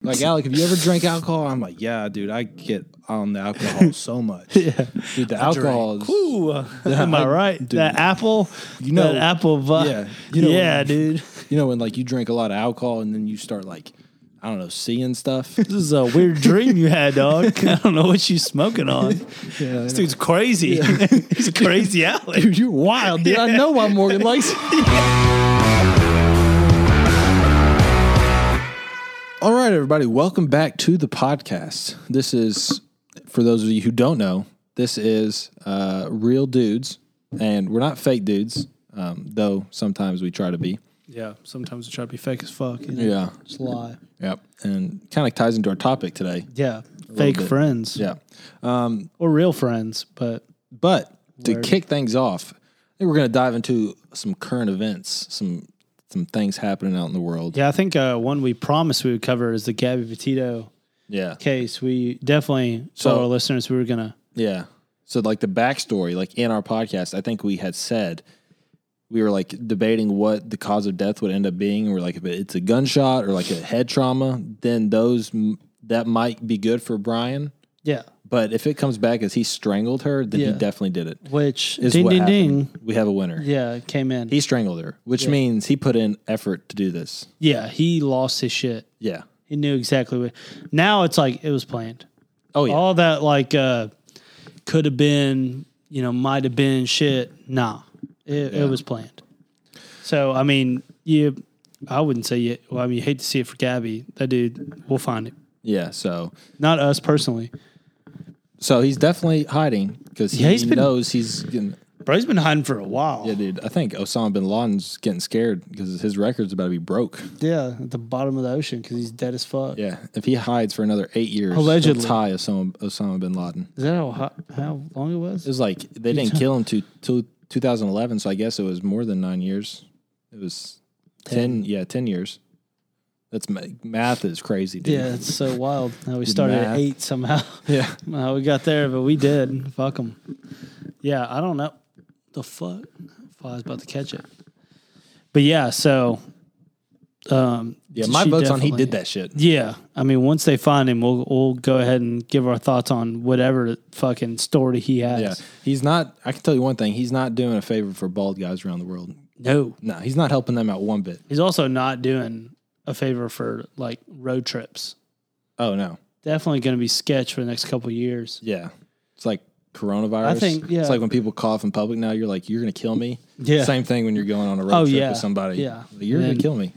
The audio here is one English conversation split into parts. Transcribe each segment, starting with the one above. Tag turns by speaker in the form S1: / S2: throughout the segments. S1: Like Alec, have you ever drank alcohol? I'm like, yeah, dude, I get on the alcohol so much. yeah. Dude, the alcohol is
S2: Ooh, uh, am I right? That apple, you know,
S1: know-
S2: that apple, vi-
S1: Yeah.
S2: yeah,
S1: You know what-
S2: dude.
S1: you know, when like you drink a lot of alcohol and then you start like, I don't know, seeing stuff.
S2: This is a weird dream you had, dog. I don't know what you smoking on. this dude's crazy. He's a crazy Alec.
S1: Dude, you're wild, dude. I know why Morgan likes it. All right, everybody, welcome back to the podcast. This is, for those of you who don't know, this is uh, real dudes, and we're not fake dudes, um, though sometimes we try to be.
S2: Yeah, sometimes I try to be fake as fuck. You know?
S1: Yeah.
S2: Just lie.
S1: Yep. And kind of ties into our topic today.
S2: Yeah, fake
S1: bit.
S2: friends
S1: Yeah.
S2: or real friends, but
S1: But to kick things off, I think we're going to dive into some current events, some some things happening out in the world.
S2: yeah, I think uh, one we promised we would cover is the Gabby Petito
S1: Yeah.
S2: case. We definitely told
S1: So-
S2: our listeners we were gonna.
S1: Yeah. So like the backstory, like in our podcast, I think we had said we were like debating what the cause of death would end up being. And we're like, if it's a gunshot or like a head trauma, then those m- that might be good for Brian.
S2: Yeah,
S1: But if it comes back as he strangled her, then he
S2: Yeah.
S1: definitely did it.
S2: which
S1: Is
S2: ding
S1: what
S2: ding
S1: happened.
S2: ding.
S1: We have a winner.
S2: Yeah, it came in.
S1: He strangled her, which means he put in effort to do this.
S2: yeah, he lost his shit.
S1: Yeah.
S2: He knew exactly what. Now it's like it was planned.
S1: Oh yeah.
S2: All that like uh could have been, you know, might have been shit. Nah, it, it was planned. So I mean, you, I wouldn't say you. Well, I mean, you hate to see it for Gabby. That dude, we'll find it.
S1: Yeah. So
S2: Not us personally.
S1: so he's definitely hiding because he
S2: Yeah, he's been-
S1: knows he's getting
S2: Bro's been hiding for a while.
S1: Yeah, dude. I think Osama bin Laden's getting scared because his record's about to be broke.
S2: Yeah, at the bottom of the ocean because he's dead as fuck.
S1: Yeah, if he hides for another eight years,
S2: Allegedly.
S1: he'll tie Osama, Osama bin Laden.
S2: Is that how hot, how long it was?
S1: It was like they didn't kill him to, to 2011, so I guess it was more than nine years. It was ten, yeah, ten years. That's ma- math is crazy, dude.
S2: yeah, it's so wild. How we started
S1: math.
S2: at eight somehow.
S1: yeah.
S2: How we got there, but we did. Fuck them. Yeah, I don't know. The fuck? I was about to catch it. But yeah, so. Um,
S1: Yeah, my
S2: she
S1: vote's on he
S2: definitely-
S1: did that shit.
S2: Yeah, I mean, once they find him, we'll we'll go ahead and give our thoughts on whatever fucking story he has.
S1: Yeah, he's not. I can tell you one thing: he's not doing a favor for bald guys around the world.
S2: No,
S1: No, he's not helping them out one bit.
S2: He's also not doing a favor for like road trips.
S1: Oh no,
S2: Definitely going to be sketch for the next couple of years.
S1: Yeah. It's like coronavirus.
S2: I think- yeah.
S1: It's like when people cough in public now, you're like, you're going to kill me.
S2: Yeah.
S1: Same thing when you're going on a road
S2: Oh,
S1: trip
S2: yeah.
S1: with somebody.
S2: Yeah.
S1: You're
S2: And
S1: going
S2: then-
S1: to kill me.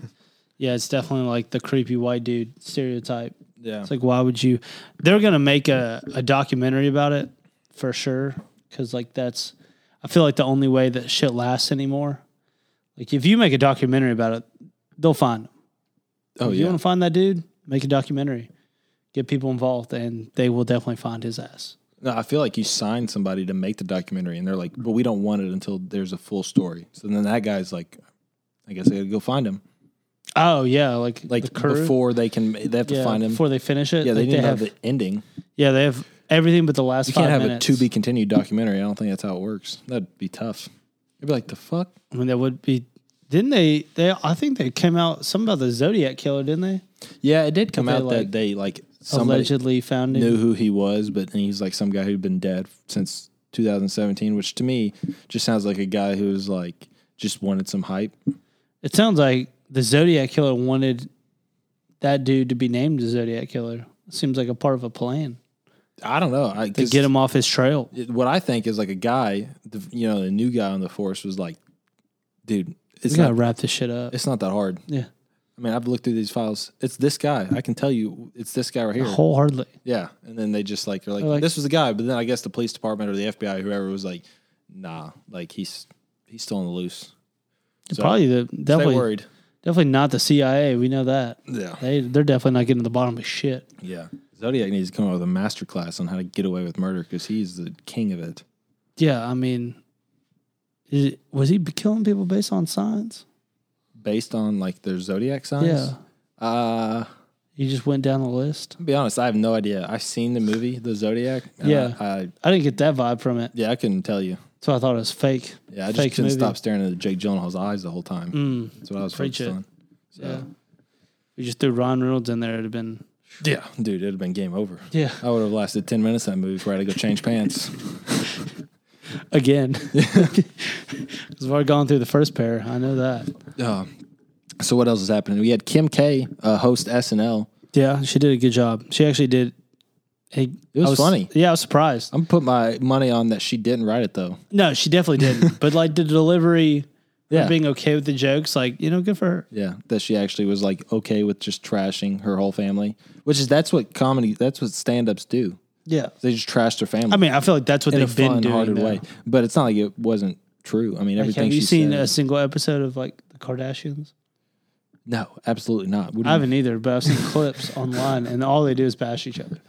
S2: Yeah, it's definitely like the creepy white dude stereotype.
S1: Yeah.
S2: It's like, why would you? They're going to make a, a documentary about it for sure. Cause like that's, I feel like the only way that shit lasts anymore. Like if you make a documentary about it, they'll find him.
S1: oh,
S2: If you
S1: yeah.
S2: want to find that dude, make a documentary, get people involved, and they will definitely find his ass.
S1: no, I feel like you signed somebody to make the documentary and they're like, but we don't want it until there's a full story. So then that guy's like, I guess I got to go find him.
S2: Oh yeah, like
S1: Like
S2: the crew.
S1: before they can, they have to
S2: yeah,
S1: find him.
S2: before they finish it.
S1: yeah, they
S2: like,
S1: didn't
S2: have,
S1: have, the ending.
S2: yeah, they have everything but the last.
S1: You can't
S2: five
S1: have
S2: minutes.
S1: a to be continued documentary. I don't think that's how it works. That'd be tough. You'd be like, the fuck?
S2: I mean, that would be. Didn't they? They I think they came out some about the Zodiac killer, didn't they?
S1: Yeah, it did come
S2: They,
S1: out
S2: like,
S1: that they like somebody,
S2: Allegedly found him.
S1: knew who he was, but and he's like some guy who'd been dead since 2017, which to me just sounds like a guy who was like just wanted some hype.
S2: It sounds like the Zodiac killer wanted that dude to be named the Zodiac killer. Seems like a part of a plan
S1: I don't know. I
S2: to
S1: 'cause
S2: get him off his trail.
S1: it- what I think is like a guy, the, you know, the new guy on the force was like, dude, it's
S2: We gotta
S1: not
S2: wrap this shit up.
S1: it's not that hard.
S2: Yeah,
S1: I mean, I've looked through these files. It's this guy. I can tell you, it's this guy right here.
S2: wholeheartedly.
S1: yeah, and then they just like they're like,
S2: They're like-
S1: this was the guy, but then I guess the police department or the FBI, whoever was like, nah, like he's he's still on the loose. So,
S2: Probably the
S1: Stay
S2: definitely
S1: worried.
S2: definitely not the CIA. We know that
S1: Yeah.
S2: they they're definitely not getting to the bottom of shit.
S1: Yeah. Zodiac needs to come up with a master class on how to get away with murder because he's the king of it.
S2: Yeah, I mean, is it, was he killing people based on signs?
S1: Based on like their zodiac signs. Uh,
S2: He just went down the list.
S1: to be honest, I have no idea. I've seen the movie The Zodiac. and
S2: Yeah.
S1: I, I-
S2: I didn't get that vibe from it,
S1: yeah, I couldn't tell you.
S2: so I thought it was fake.
S1: Yeah, I just
S2: fake
S1: couldn't stop staring at Jake Gyllenhaal's eyes the whole time.
S2: Mm,
S1: That's what I was
S2: Preach
S1: focused
S2: it.
S1: on. So,
S2: yeah. We just threw Ron Reynolds in there. It'd have been
S1: Yeah, dude, it'd have been game over.
S2: Yeah.
S1: I would have lasted ten minutes in that movie before I had to go change pants.
S2: again. Because I've already gone through the first pair. I know that.
S1: Uh, so what else is happening? We had Kim K uh, host SNL.
S2: Yeah, she did a good job. She actually did. It
S1: was funny.
S2: Yeah, I was surprised.
S1: I'm put my money on that she didn't write it though.
S2: No, she definitely didn't. but like the delivery, yeah.
S1: Yeah.
S2: being okay with the jokes, like you know, good for her.
S1: Yeah, that she actually was like okay with just trashing her whole family, which is that's what comedy, that's what stand-ups do.
S2: Yeah.
S1: They just trash their family
S2: I mean, I feel like that's what
S1: in a
S2: they've been doing.
S1: fun-hearted
S2: now.
S1: way. But it's not like it wasn't true. I mean,
S2: Like,
S1: everything
S2: have you
S1: she
S2: seen
S1: said.
S2: a single episode of like the Kardashians?
S1: no, absolutely not. What do
S2: I
S1: you-
S2: haven't either, but I've seen clips online, and all they do is bash each other.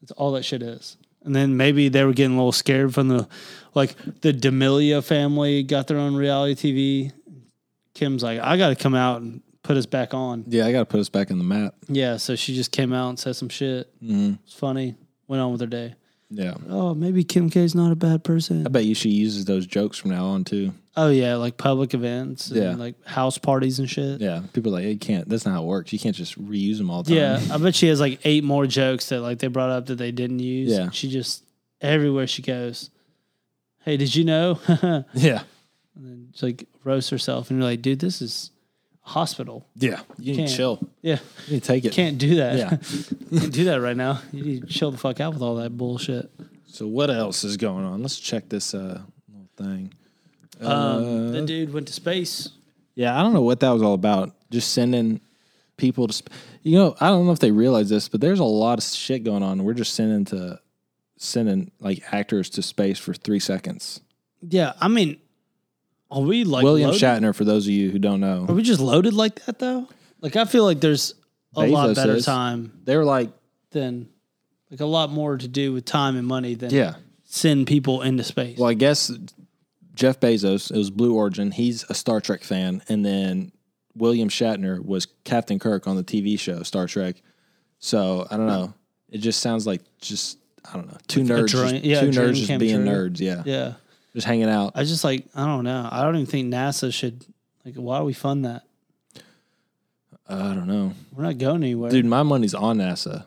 S2: That's all that shit is. And then maybe they were getting a little scared from the, like the D'Amelio family got their own reality TV. Kim's like, I got to come out and put us back on.
S1: yeah, I got to put us back in the map.
S2: Yeah, so she just came out and said some shit.
S1: Mhm.
S2: It's funny. Went on with her day.
S1: Yeah.
S2: Oh, maybe Kim K's not a bad person.
S1: I bet you she uses those jokes from now on too.
S2: Oh yeah, like public events and
S1: Yeah.
S2: like house parties and shit.
S1: Yeah, people are like, hey, you can't. That's not how it works. You can't just reuse them all the time.
S2: Yeah, I bet she has like eight more jokes that like they brought up that they didn't use.
S1: Yeah.
S2: she just everywhere she goes. Hey, did you know? and
S1: yeah,
S2: then she like roasts herself, and you're like, dude, this is a hospital.
S1: yeah. You need
S2: Can't.
S1: to chill.
S2: Yeah,
S1: You need to take it.
S2: can't do that.
S1: Yeah.
S2: can't do that right now. You need to chill the fuck out with all that bullshit.
S1: So what else is going on? Let's check this uh, little thing. Uh,
S2: Um, the dude went to space.
S1: Yeah, I don't know what that was all about. Just sending people to, sp- you know, I don't know if they realize this, but there's a lot of shit going on. We're just sending to sending like actors to space for three seconds.
S2: Yeah, I mean, are we like
S1: William
S2: loaded?
S1: Shatner, for those of you who don't
S2: Are
S1: know,
S2: we just loaded like that though? Like I feel like there's a lot
S1: Bezos
S2: better
S1: is.
S2: time
S1: they were like,
S2: than like a lot more to do with time and money than
S1: yeah.
S2: send people into space.
S1: Well, I guess Jeff Bezos, it was Blue Origin. He's a Star Trek fan. And then William Shatner was Captain Kirk on the TV show Star Trek. So I don't know. It just sounds like just, I don't know, two nerds.
S2: dream-
S1: just-
S2: yeah, a
S1: two
S2: dream
S1: nerds just
S2: came
S1: being
S2: true.
S1: nerds. Yeah.
S2: yeah.
S1: Just hanging out.
S2: I just like I don't know. I don't even think NASA should like why do we fund that?
S1: Uh, I don't know.
S2: We're not going anywhere.
S1: Dude, my money's on NASA.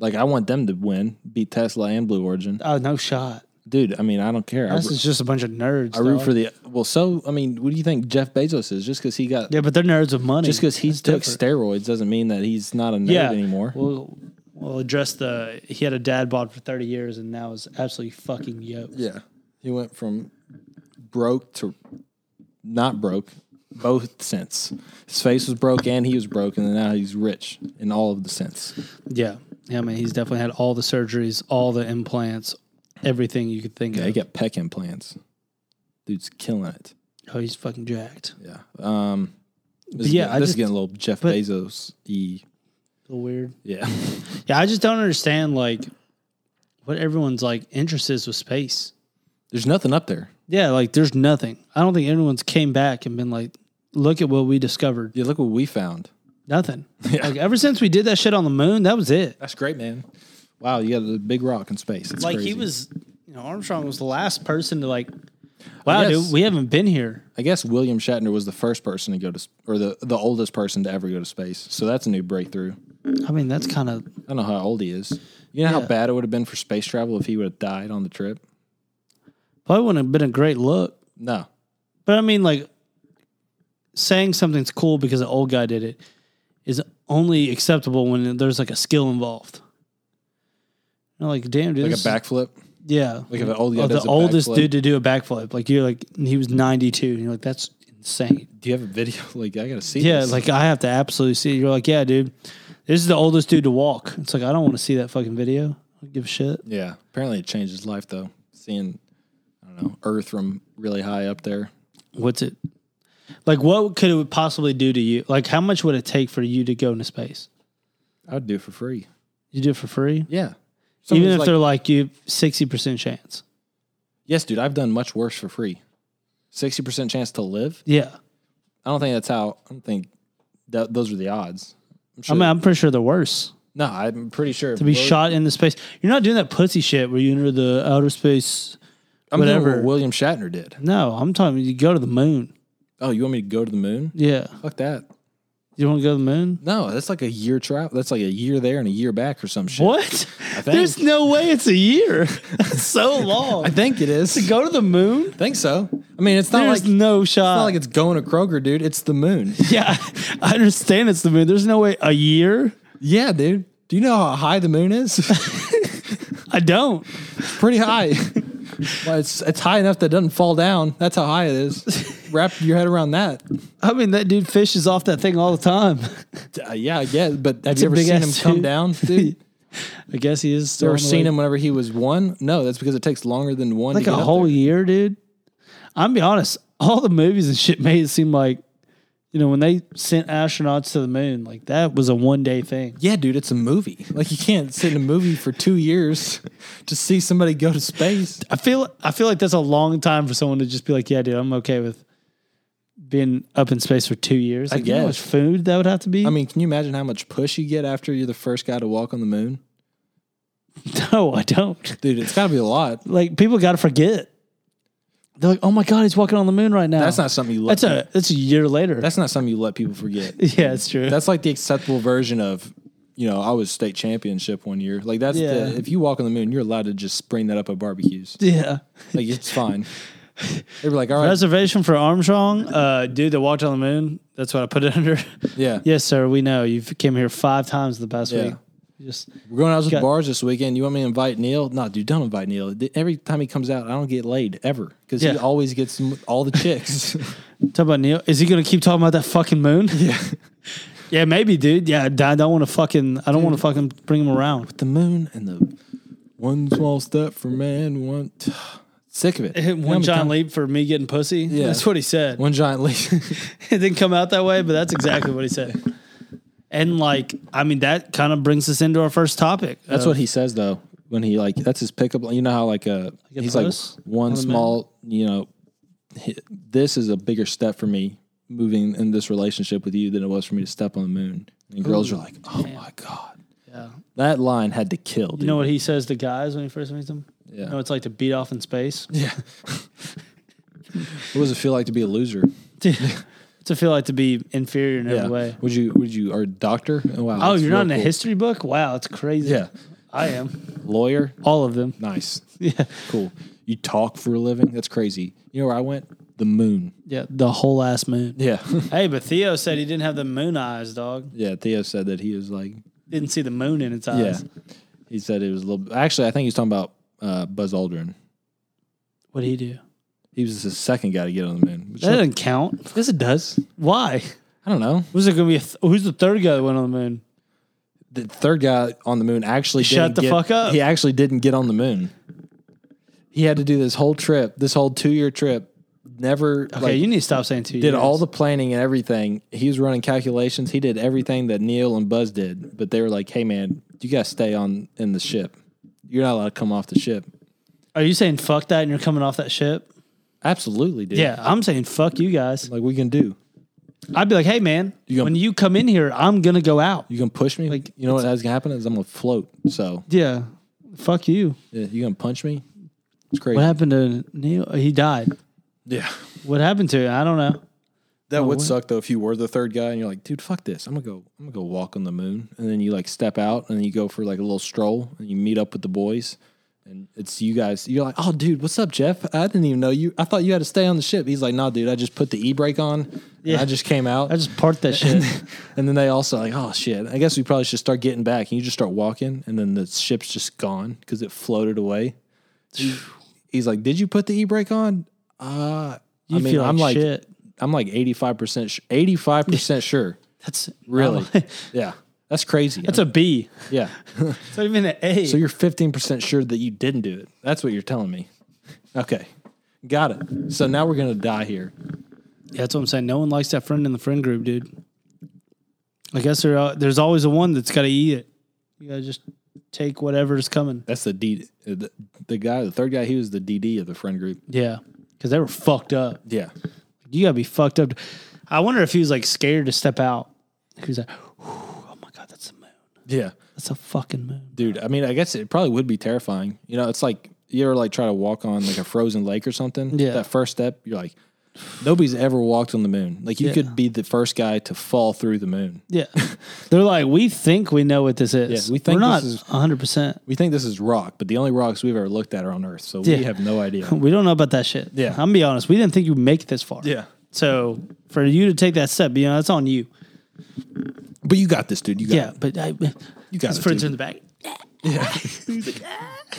S1: Like, I want them to win, beat Tesla and Blue Origin.
S2: Oh, no shot.
S1: Dude, I mean, I don't care. I,
S2: This
S1: ro-
S2: is just a bunch of nerds.
S1: I root
S2: dog.
S1: for the. Well, so, I mean, what do you think Jeff Bezos is? Just because he got
S2: Yeah, but they're nerds with money.
S1: Just because he
S2: That's
S1: took
S2: different.
S1: steroids doesn't mean that he's not a nerd
S2: yeah.
S1: anymore.
S2: We'll, we'll address the he had a dad bod for 30 years and now is absolutely fucking yoked.
S1: yeah. He went from broke to not broke, both sense. His face was broke and he was broke, and now he's rich in all of the sense.
S2: Yeah. Yeah, I mean, he's definitely had all the surgeries, all the implants, everything you could think
S1: Yeah,
S2: of.
S1: he got peck implants. Dude's killing it.
S2: Oh, he's fucking jacked.
S1: Yeah. Um, this is
S2: yeah,
S1: getting-
S2: I
S1: this is
S2: just-
S1: getting a little Jeff
S2: but-
S1: Bezos y.
S2: A little weird.
S1: Yeah.
S2: Yeah, I just don't understand like what everyone's like interest is with space.
S1: There's nothing up there.
S2: Yeah, like there's nothing. I don't think anyone's came back and been like, look at what we discovered.
S1: Yeah, look what we found.
S2: Nothing.
S1: Yeah.
S2: Like ever since we did that shit on the moon, that was it.
S1: That's great, man. Wow, you got a big rock in space. It's
S2: like
S1: crazy.
S2: he was, you know, Armstrong was the last person to like, wow,
S1: guess-
S2: dude, we haven't been here.
S1: I guess William Shatner was the first person to go to, s- or the, the oldest person to ever go to space. So that's a new breakthrough.
S2: I mean, that's kind of
S1: I don't know how old he is. You know
S2: Yeah.
S1: how bad it would have been for space travel if he would have died on the trip?
S2: probably wouldn't have been a great look.
S1: No.
S2: But I mean, like, saying something's cool because an old guy did it is only acceptable when there's like a skill involved. You're like, damn, dude.
S1: Like a
S2: this is-
S1: backflip?
S2: Yeah.
S1: Like if an old guy
S2: Oh, the
S1: does a
S2: oldest
S1: backflip.
S2: dude to do a backflip. Like, you're like, he was 92. And you're like, that's insane.
S1: Do you have a video? Like, I got to see
S2: Yeah.
S1: this.
S2: Like, I have to absolutely see it. You're like, yeah, dude, this is the oldest dude to walk. It's like, I don't want to see that fucking video. I don't give a shit.
S1: yeah. Apparently it changed his life, though. Seeing, I don't know, Earth from really high up there.
S2: What's it? Like, what could it possibly do to you? Like, how much would it take for you to go into space?
S1: I would do it for free.
S2: You do it for free?
S1: Yeah.
S2: Even
S1: Somebody's
S2: if
S1: like,
S2: they're like you, sixty percent chance.
S1: yes, dude, I've done much worse for free. 60% chance to live?
S2: Yeah,
S1: I don't think that's how, I don't think that, those are the odds. I'm
S2: I
S1: sure
S2: mean, I'm pretty sure they're worse
S1: No, I'm pretty sure.
S2: to be shot into space. You're not doing that pussy shit where you enter the outer space.
S1: I'm doing
S2: whatever.
S1: what William Shatner did.
S2: No, I'm talking. You go to the moon.
S1: Oh, you want me to go to the moon?
S2: Yeah,
S1: Fuck that.
S2: You want to go to the moon?
S1: No, that's like a year travel. That's like a year there and a year back or some shit.
S2: What?
S1: I think.
S2: There's no way it's a year. That's so long.
S1: I think it is.
S2: go to the moon?
S1: think so. I mean, it's not
S2: There's
S1: like
S2: no
S1: it's
S2: shot.
S1: not like it's going to Kroger, dude. It's the moon.
S2: yeah, I understand it's the moon. There's no way a year.
S1: yeah, dude. Do you know how high the moon is?
S2: I don't.
S1: Pretty high. well, it's it's high enough that it doesn't fall down. That's how high it is. Wrap your head around that.
S2: I mean, that dude fishes off that thing all the time.
S1: Uh, yeah, I guess. But have you
S2: a
S1: ever
S2: big
S1: seen him
S2: ass
S1: come
S2: dude.
S1: down, dude?
S2: I guess he is.
S1: You
S2: Still
S1: ever
S2: on the
S1: seen
S2: way-
S1: him whenever he was one? No, that's because it takes longer than one.
S2: like
S1: to
S2: a
S1: get up
S2: whole
S1: there.
S2: year, dude. I'm be honest. All the movies and shit made it seem like, you know, when they sent astronauts to the moon, like that was a one day thing.
S1: Yeah, dude, it's a movie. Like you can't sit in a movie for two years to see somebody go to space.
S2: I feel I feel like that's a long time for someone to just be like, yeah, dude, I'm okay with being up in space for two years. Like, you know how much
S1: guess.
S2: food that would have to be.
S1: I mean, can you imagine how much push you get after you're the first guy to walk on the moon?
S2: no, I don't.
S1: Dude, it's got to be a lot.
S2: Like people got to forget. They're like, oh my god, he's walking on the moon right now.
S1: That's not something you let.
S2: That's a that's a year later.
S1: that's not something you let people forget.
S2: yeah, it's true.
S1: That's like the acceptable version of, you know, I was state championship one year. Like that's
S2: Yeah.
S1: the if you walk on the moon, you're allowed to just bring that up at barbecues.
S2: yeah.
S1: Like it's fine. They were like, all right,
S2: Reservation for Armstrong, uh, dude that walked on the moon. That's what I put it under.
S1: yeah,
S2: yes, sir. We know you've came here five times in the past
S1: Yeah.
S2: week. Just
S1: we're going out to the
S2: Got-
S1: bars this weekend. You want me to invite Neil? No, dude, don't invite Neil. Every time he comes out, I don't get laid ever because
S2: Yeah.
S1: he always gets m- all the chicks.
S2: talk about Neil. Is he gonna keep talking about that fucking moon?
S1: yeah,
S2: yeah, maybe, dude. Yeah, I don't want to fucking. I don't want to fucking bring him around.
S1: the moon and the one small step for man, one sick of it. You know how
S2: One
S1: many
S2: John
S1: times-
S2: leap for me getting pussy. Yeah, that's what he said.
S1: One giant leap.
S2: it didn't come out that way, but that's exactly what he said. And like, I mean, that kind of brings us into our first topic.
S1: That's
S2: Uh,
S1: what he says though. When he like that's his pickup line. You know how like uh
S2: a
S1: he's
S2: post
S1: like one
S2: on the
S1: small you know hi- this is a bigger step for me moving in this relationship with you than it was for me to step on the moon. And girls are like, oh my god,
S2: Uh, Yeah.
S1: that line had to kill.
S2: You know what he says to guys when he first meets them?
S1: Yeah.
S2: You know, it's like to beat off in space.
S1: Yeah. what does it feel like to be a loser?
S2: to feel like to be inferior in every way.
S1: Would you? Would you? Or doctor? Oh, wow.
S2: Oh,
S1: that's
S2: you're not
S1: real
S2: in a
S1: cool.
S2: history book? Wow, it's crazy.
S1: Yeah.
S2: I am.
S1: Lawyer.
S2: All of them.
S1: Nice.
S2: Yeah.
S1: Cool. You talk for a living. That's crazy. You know where I went? The moon.
S2: Yeah. The whole ass moon.
S1: Yeah.
S2: Hey, but Theo said he didn't have the moon eyes, dog.
S1: Yeah, Theo said that he was like,
S2: Didn't see the moon in its
S1: yeah.
S2: eyes.
S1: He said it was a little. Actually, I think he was talking about uh, Buzz Aldrin.
S2: What'd he do?
S1: He was the second guy to get on the moon. Which
S2: That doesn't count.
S1: yes, it does.
S2: Why?
S1: I don't know.
S2: Who's it gonna be? A th- who's the third guy that went on the moon?
S1: The third guy on the moon actually
S2: Shut
S1: didn't
S2: the
S1: get-
S2: fuck up.
S1: He actually didn't get on the moon. He had to do this whole trip, this whole two year trip. Never
S2: Okay,
S1: like,
S2: you need to stop saying two.
S1: did all the planning and everything. He was running calculations. He did everything that Neil and Buzz did, but they were like, "Hey, man, you gotta stay on in the ship. You're not allowed to come off the ship."
S2: Are you saying fuck that and you're coming off that ship?
S1: Absolutely, dude.
S2: Yeah, I'm saying fuck you guys.
S1: like we can do.
S2: I'd be like, hey man,
S1: You gonna-
S2: when you come in here, I'm gonna go out.
S1: You gonna push me?
S2: Like,
S1: you know what has gonna happen is I'm gonna float. So
S2: Yeah, fuck you.
S1: yeah, you gonna punch me? It's crazy.
S2: What happened to Neil? Uh, He died.
S1: Yeah,
S2: What happened to him? I don't know.
S1: that would
S2: Oh, what?
S1: suck though if you were the third guy and you're like, dude, fuck this. I'm gonna go. I'm gonna go walk on the moon, and then you like step out and then you go for like a little stroll and you meet up with the boys. And it's you guys. You're like, oh, dude, what's up, Jeff? I didn't even know you. I thought you had to stay on the ship. He's like, nah, dude, I just put the e brake on. Yeah,
S2: Yeah.
S1: I just came out.
S2: I just parked that shit.
S1: and then they also like, oh shit. I guess we probably should start getting back. And you just start walking, and then the ship's just gone because it floated away. He's like, "Did you put the e brake on?" Uh,
S2: You
S1: I mean,
S2: feel like
S1: I'm like,
S2: shit.
S1: I'm like 85 percent, 85 percent sure.
S2: That's
S1: Really?
S2: That's
S1: yeah, that's crazy.
S2: a B.
S1: yeah.
S2: It's not even an A.
S1: so you're 15 percent sure that you didn't do it. That's what you're telling me. Okay, got it. So now we're gonna die here.
S2: yeah, that's what I'm saying. No one likes that friend in the friend group, dude. I guess there, uh, there's always a one that's got to eat it. You gotta just take whatever's coming.
S1: That's the D. uh, The, the guy, the third guy, he was the DD of the friend group.
S2: Yeah, because they were fucked up.
S1: Yeah.
S2: You gotta be fucked up. I wonder if he was like scared to step out. He was like, "Oh my god, that's the moon.
S1: Yeah.
S2: That's a fucking moon."
S1: Dude, I mean, I guess it probably would be terrifying. You know, it's like you ever like try to walk on like a frozen lake or something.
S2: Yeah.
S1: That first step, you're like, Nobody's ever walked on the moon. Like you
S2: Yeah.
S1: could be the first guy to fall through the moon.
S2: Yeah. They're like, we think we know what this is.
S1: Yeah, we think
S2: We're not
S1: this is-
S2: 100%.
S1: We think this is rock, but the only rocks we've ever looked at are on Earth, so
S2: Yeah.
S1: we have no idea.
S2: We don't know about that shit.
S1: Yeah.
S2: I'm going to be honest. We didn't think you'd make it this far.
S1: yeah,
S2: So for you to take that step, you know, that's on you.
S1: but you got this, dude. You got
S2: Yeah.
S1: it.
S2: But I,
S1: You got
S2: his
S1: it,
S2: friends
S1: dude.
S2: are in the back. Yeah.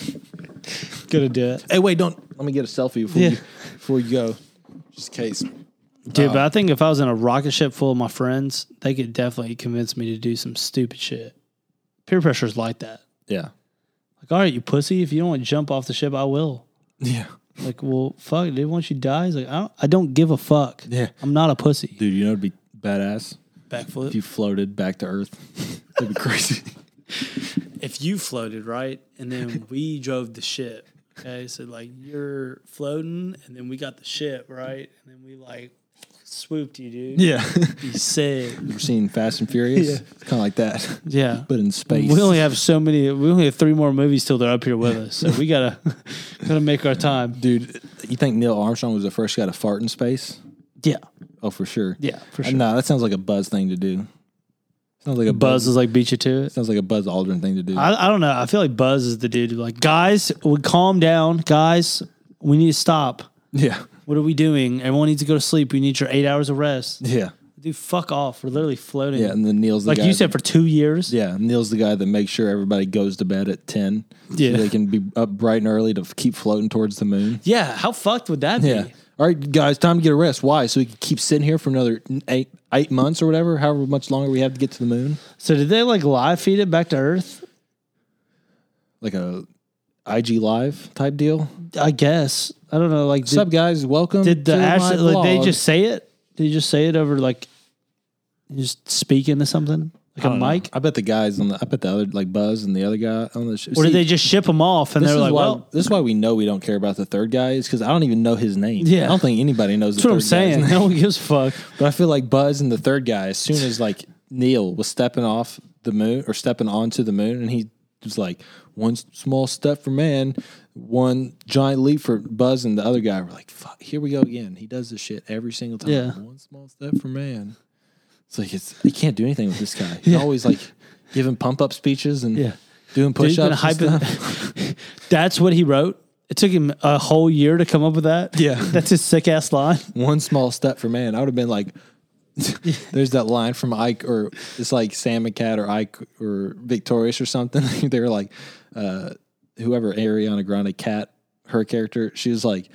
S2: Gonna do it.
S1: Hey, wait, don't let me get a selfie before
S2: Yeah.
S1: you before you go, just in case. Uh,
S2: Dude, but I think if I was in a rocket ship full of my friends, they could definitely convince me to do some stupid shit. Peer pressure is like that.
S1: Yeah,
S2: Like, all right, you pussy, if you don't want to jump off the ship, I will.
S1: yeah,
S2: Like, well, fuck, dude, once you die, he's like, I don't, I don't give a fuck.
S1: Yeah.
S2: I'm not a pussy.
S1: dude. You know it'd be badass
S2: Backflip.
S1: if you floated back to Earth. That'd be crazy.
S2: if you floated right and then we drove the ship okay so like you're floating and then we got the ship right and then we like swooped you dude
S1: yeah,
S2: be sick
S1: you've seen Fast and Furious.
S2: Yeah.
S1: It's kind of like that,
S2: yeah
S1: but in space.
S2: we only have so many we only have three more movies till they're up here with us so we gotta gotta make our time
S1: dude, you think Neil Armstrong was the first guy to fart in space?
S2: yeah
S1: Oh, for sure.
S2: yeah for
S1: No,
S2: sure
S1: that sounds like a Buzz thing to do. Sounds like a
S2: buzz is like beat you to it
S1: Sounds like a Buzz Aldrin thing to do.
S2: I, I don't know i feel like buzz is the dude who like guys would calm down guys we need to stop
S1: yeah,
S2: what are we doing everyone needs to go to sleep we need your eight hours of rest
S1: yeah,
S2: Dude, fuck off. We're literally floating.
S1: yeah. And then Neil's the
S2: like
S1: guy
S2: you
S1: that-
S2: said, for two years.
S1: Yeah, Neil's the guy that makes sure everybody goes to bed at ten.
S2: Yeah.
S1: so they can be up bright and early to f- keep floating towards the moon.
S2: Yeah, How fucked would that
S1: Yeah.
S2: be?
S1: All right, guys, time to get a rest. Why? So we can keep sitting here for another n- eight eight months or whatever, however much longer we have to get to the moon.
S2: So did they like live feed it back to Earth?
S1: Like a IG live type deal.
S2: I guess. I don't know. Like,
S1: What's
S2: did,
S1: up, guys? Welcome.
S2: did the
S1: to
S2: ash?
S1: my
S2: Like, they
S1: vlog.
S2: just say it? Did you just say it over like, just speak into something like a
S1: I don't know.
S2: mic,
S1: I bet the guys on the I bet the other like Buzz and the other guy on the show.
S2: or did they just ship them off and
S1: This
S2: they're
S1: is
S2: like,
S1: why.
S2: well,
S1: this is why we know we don't care about the third guy is because I don't even know his name.
S2: Yeah.
S1: I don't think anybody knows.
S2: that's what I'm saying. No one gives a fuck.
S1: But I feel like Buzz and the third guy, as soon as like Neil was stepping off the moon or stepping onto the moon, and he was like, one s- small step for man, one giant leap for Buzz and the other guy. We're like, fuck, here we go again. He does this shit every single time.
S2: Yeah.
S1: One small step for man. It's like it's he can't do anything with this guy. He's always like giving pump up speeches and
S2: Yeah.
S1: doing
S2: Dude, he's
S1: push
S2: been
S1: ups.
S2: hyping. that's what he wrote. It took him a whole year to come up with that.
S1: Yeah.
S2: that's his sick ass line.
S1: one small step for man. I would have been like, there's that line from Ike, or it's like Sam and Cat or Ike or Victorious or something. they were like, uh, whoever Ariana Grande Cat, her character, she was like,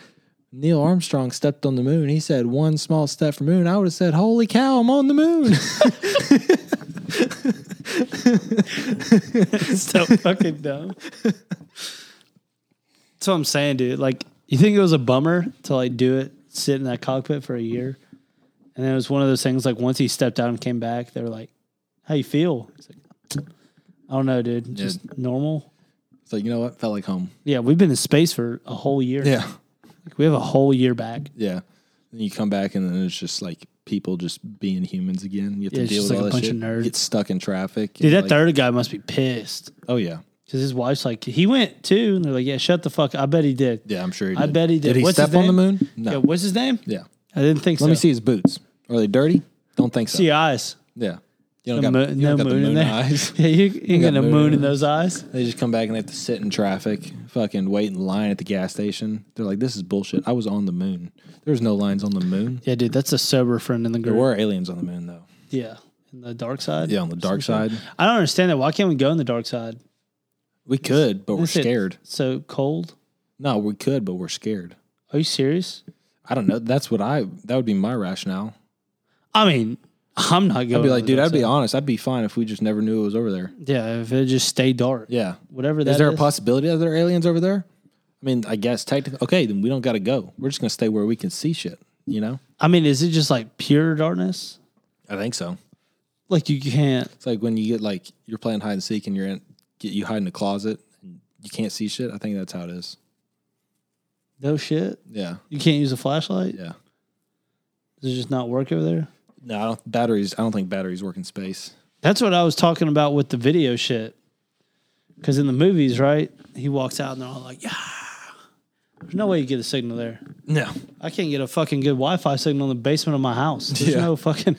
S1: Neil Armstrong stepped on the moon. He said one small step for moon. I would have said, holy cow, I'm on the moon.
S2: so fucking dumb. That's what I'm saying, dude. Like, you think it was a bummer to like do it, sit in that cockpit for a year, and then it was one of those things. Like, once he stepped out and came back, they were like, "How you feel?" He's like, "I don't know, dude. Just normal."
S1: it's like, you know what? Felt like home.
S2: Yeah, we've been in space for a whole year.
S1: Yeah.
S2: Like, we have a whole year back.
S1: Yeah. And you come back and then it's just like people just being humans again. You have
S2: Yeah,
S1: to
S2: it's
S1: deal
S2: just
S1: with
S2: like
S1: all
S2: a
S1: that
S2: bunch
S1: shit.
S2: of nerds.
S1: You Get stuck in traffic.
S2: Dude,
S1: and,
S2: that
S1: like-
S2: third guy must be pissed
S1: Oh yeah.
S2: because his wife's like, he went too, and they're like, "Yeah, shut the fuck." I bet he did.
S1: Yeah, I'm sure he did.
S2: I bet he did.
S1: Did he
S2: What's his
S1: step on the
S2: name?
S1: moon? No.
S2: Yeah, what's his name?
S1: Yeah.
S2: I didn't think so.
S1: Let me see his boots. Are they dirty? Don't think so.
S2: See your eyes.
S1: Yeah. You don't
S2: No
S1: got,
S2: mo-
S1: you don't
S2: no
S1: got
S2: moon
S1: the
S2: in
S1: moon
S2: there.
S1: eyes.
S2: Yeah, you, you ain't
S1: got
S2: got no
S1: moon
S2: moon in
S1: in
S2: those eyes.
S1: they just come back and they have to sit in traffic, fucking wait in line at the gas station. They're like, this is bullshit. I was on the moon. There's no lines on the moon.
S2: Yeah, dude, that's a sober friend in the
S1: There
S2: group.
S1: were aliens on the moon, though.
S2: Yeah, in the dark side.
S1: Yeah, on the dark side.
S2: I don't understand that. Why can't we go in the dark side?
S1: We could, but we're
S2: Is it
S1: scared.
S2: So cold.
S1: No, we could, but we're scared.
S2: Are you serious?
S1: I don't know. That's what I, that would be my rationale.
S2: I mean, I'm not going.
S1: I'd be like,
S2: on the
S1: dude,
S2: dark
S1: I'd be
S2: side.
S1: honest. I'd be fine if we just never knew it was over there.
S2: Yeah, if it just stayed dark.
S1: Yeah.
S2: Whatever that
S1: Is there a
S2: is.
S1: possibility that there are aliens over there? I mean, I guess technically, okay, then we don't got to go. We're just going to stay where we can see shit, you know?
S2: I mean, is it just like pure darkness?
S1: I think so.
S2: Like you can't.
S1: It's like when you get like, you're playing hide and seek and you're in, get you hide in a closet and you can't see shit. I think that's how it is.
S2: No shit.
S1: Yeah.
S2: You can't use a flashlight.
S1: Yeah.
S2: Does it just not work over there?
S1: No, I don't, batteries, I don't think batteries work in space.
S2: That's what I was talking about with the video shit. Because in the movies, right, he walks out and they're all like, "Yeah," There's no way you get a signal there.
S1: No.
S2: I can't get a fucking good Wi-Fi signal in the basement of my house. There's
S1: Yeah.
S2: no fucking,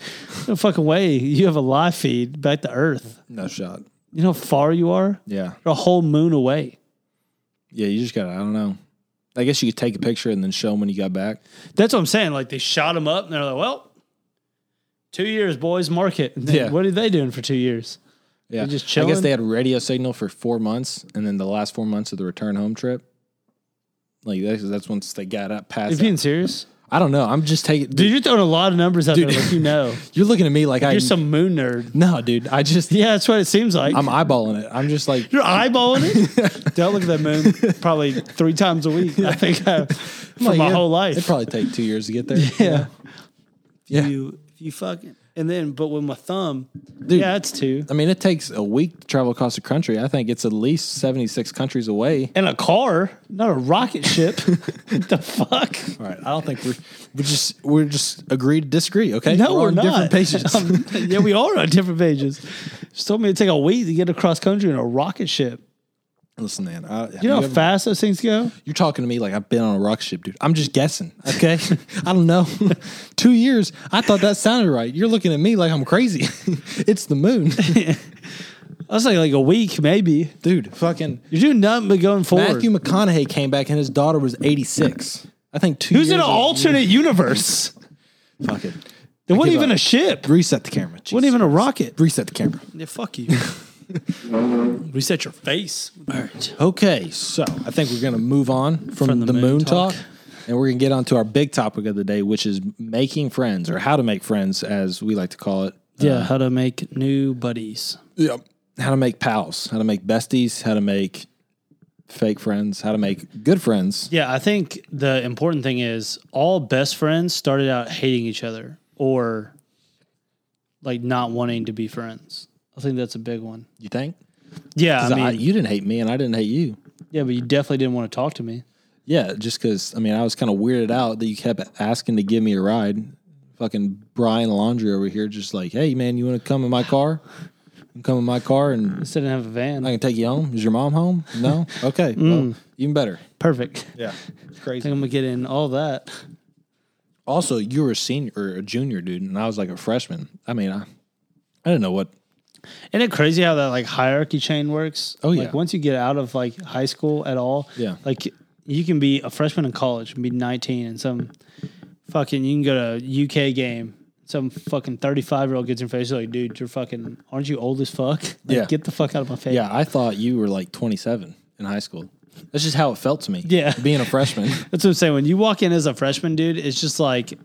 S2: no fucking way. You have a live feed back to Earth.
S1: No shot.
S2: You know how far you are?
S1: Yeah.
S2: You're a whole moon away.
S1: Yeah, you just gotta I don't know. I guess you could take a picture and then show them when you got back.
S2: That's what I'm saying. Like they shot him up, and they're like, "Well, two years, boys, mark it." And then
S1: Yeah.
S2: What are they doing for two years?
S1: Yeah.
S2: They're just
S1: I guess
S2: chilling?
S1: they had radio signal for four months and then the last four months of the return home trip. Like that's, that's once they got up
S2: Are you
S1: past.
S2: being serious?
S1: I don't know. I'm just taking. Dude,
S2: Dude, you're throwing a lot of numbers out
S1: Dude.
S2: there. Like you know,
S1: you're looking at me like I.
S2: you're some moon nerd.
S1: no, dude. I just.
S2: Yeah, that's what it seems like.
S1: I'm eyeballing it. I'm just like.
S2: You're eyeballing it. Don't look at that moon. Probably three times a week. I think I, for
S1: like,
S2: my
S1: yeah,
S2: whole life.
S1: It'd probably take two years to get there.
S2: yeah.
S1: Yeah.
S2: If you if you fucking and then but with my thumb, yeah, that's two.
S1: I mean, it takes a week to travel across the country. I think it's at least 76 countries away.
S2: And a car, not a rocket ship. What the fuck?
S1: All right. I don't think we're we just we're just agree to disagree. Okay.
S2: No, we're,
S1: on
S2: not.
S1: different pages.
S2: Um, yeah, we are on different pages. Just told me to take a week to get across country in a rocket ship.
S1: Listen, man. I,
S2: You know how
S1: ever-
S2: fast those things go?
S1: You're talking to me like I've been on a rock ship, dude. I'm just guessing. Okay. I don't know. Two years. I thought that sounded right. You're looking at me like I'm crazy. it's the moon.
S2: I was like like a week maybe.
S1: Dude, fucking
S2: You're doing nothing but going forward.
S1: Matthew McConaughey came back and his daughter was 86. I think two
S2: Who's
S1: years
S2: in an
S1: of-
S2: alternate universe?
S1: Fuck it.
S2: There wasn't
S1: give
S2: even
S1: up.
S2: a ship.
S1: Reset the camera. Jesus.
S2: wasn't even a rocket.
S1: Reset the camera.
S2: Yeah, fuck you. Reset your face. All right.
S1: Okay, so I think we're going to move on from, the, moon, talk. and we're going to get on to our big topic of the day, which is making friends or how to make friends, as we like to call it.
S2: Yeah, how to make new buddies.
S1: Yep. How to make pals, how to make besties, how to make fake friends, how to make good friends.
S2: Yeah, I think the important thing is all best friends started out hating each other or like not wanting to be friends. I think that's a big one.
S1: You think?
S2: Yeah, I
S1: 'Cause I
S2: mean,
S1: you didn't hate me, and I didn't hate you.
S2: yeah, but you definitely didn't want to talk to me.
S1: Yeah, just because I mean I was kind of weirded out that you kept asking to give me a ride. Fucking Brian Laundry over here, just like, hey man, you want to come in my car? You Come in my car and
S2: I didn't have a van.
S1: I can take you home. Is your mom home? No. Okay. Well, even better.
S2: Perfect.
S1: Mm. Yeah.
S2: I think I'm gonna get in all that.
S1: Also, you were a senior or a junior dude, and I was like a freshman. I mean, I, I didn't know what.
S2: Isn't it crazy how that like hierarchy chain works?
S1: Oh, yeah.
S2: Like once you get out of like high school at all,
S1: Yeah.
S2: Like you can be a freshman in college and be nineteen, and some fucking you can go to a UK game. Some fucking thirty-five year old gets in your face like, dude, you're fucking, aren't you old as fuck? Like,
S1: Yeah.
S2: Get the fuck out of my face.
S1: Yeah, I thought you were like 27 in high school. That's just how it felt to me.
S2: Yeah.
S1: Being a freshman.
S2: That's what I'm saying. When you walk in as a freshman, dude, it's just like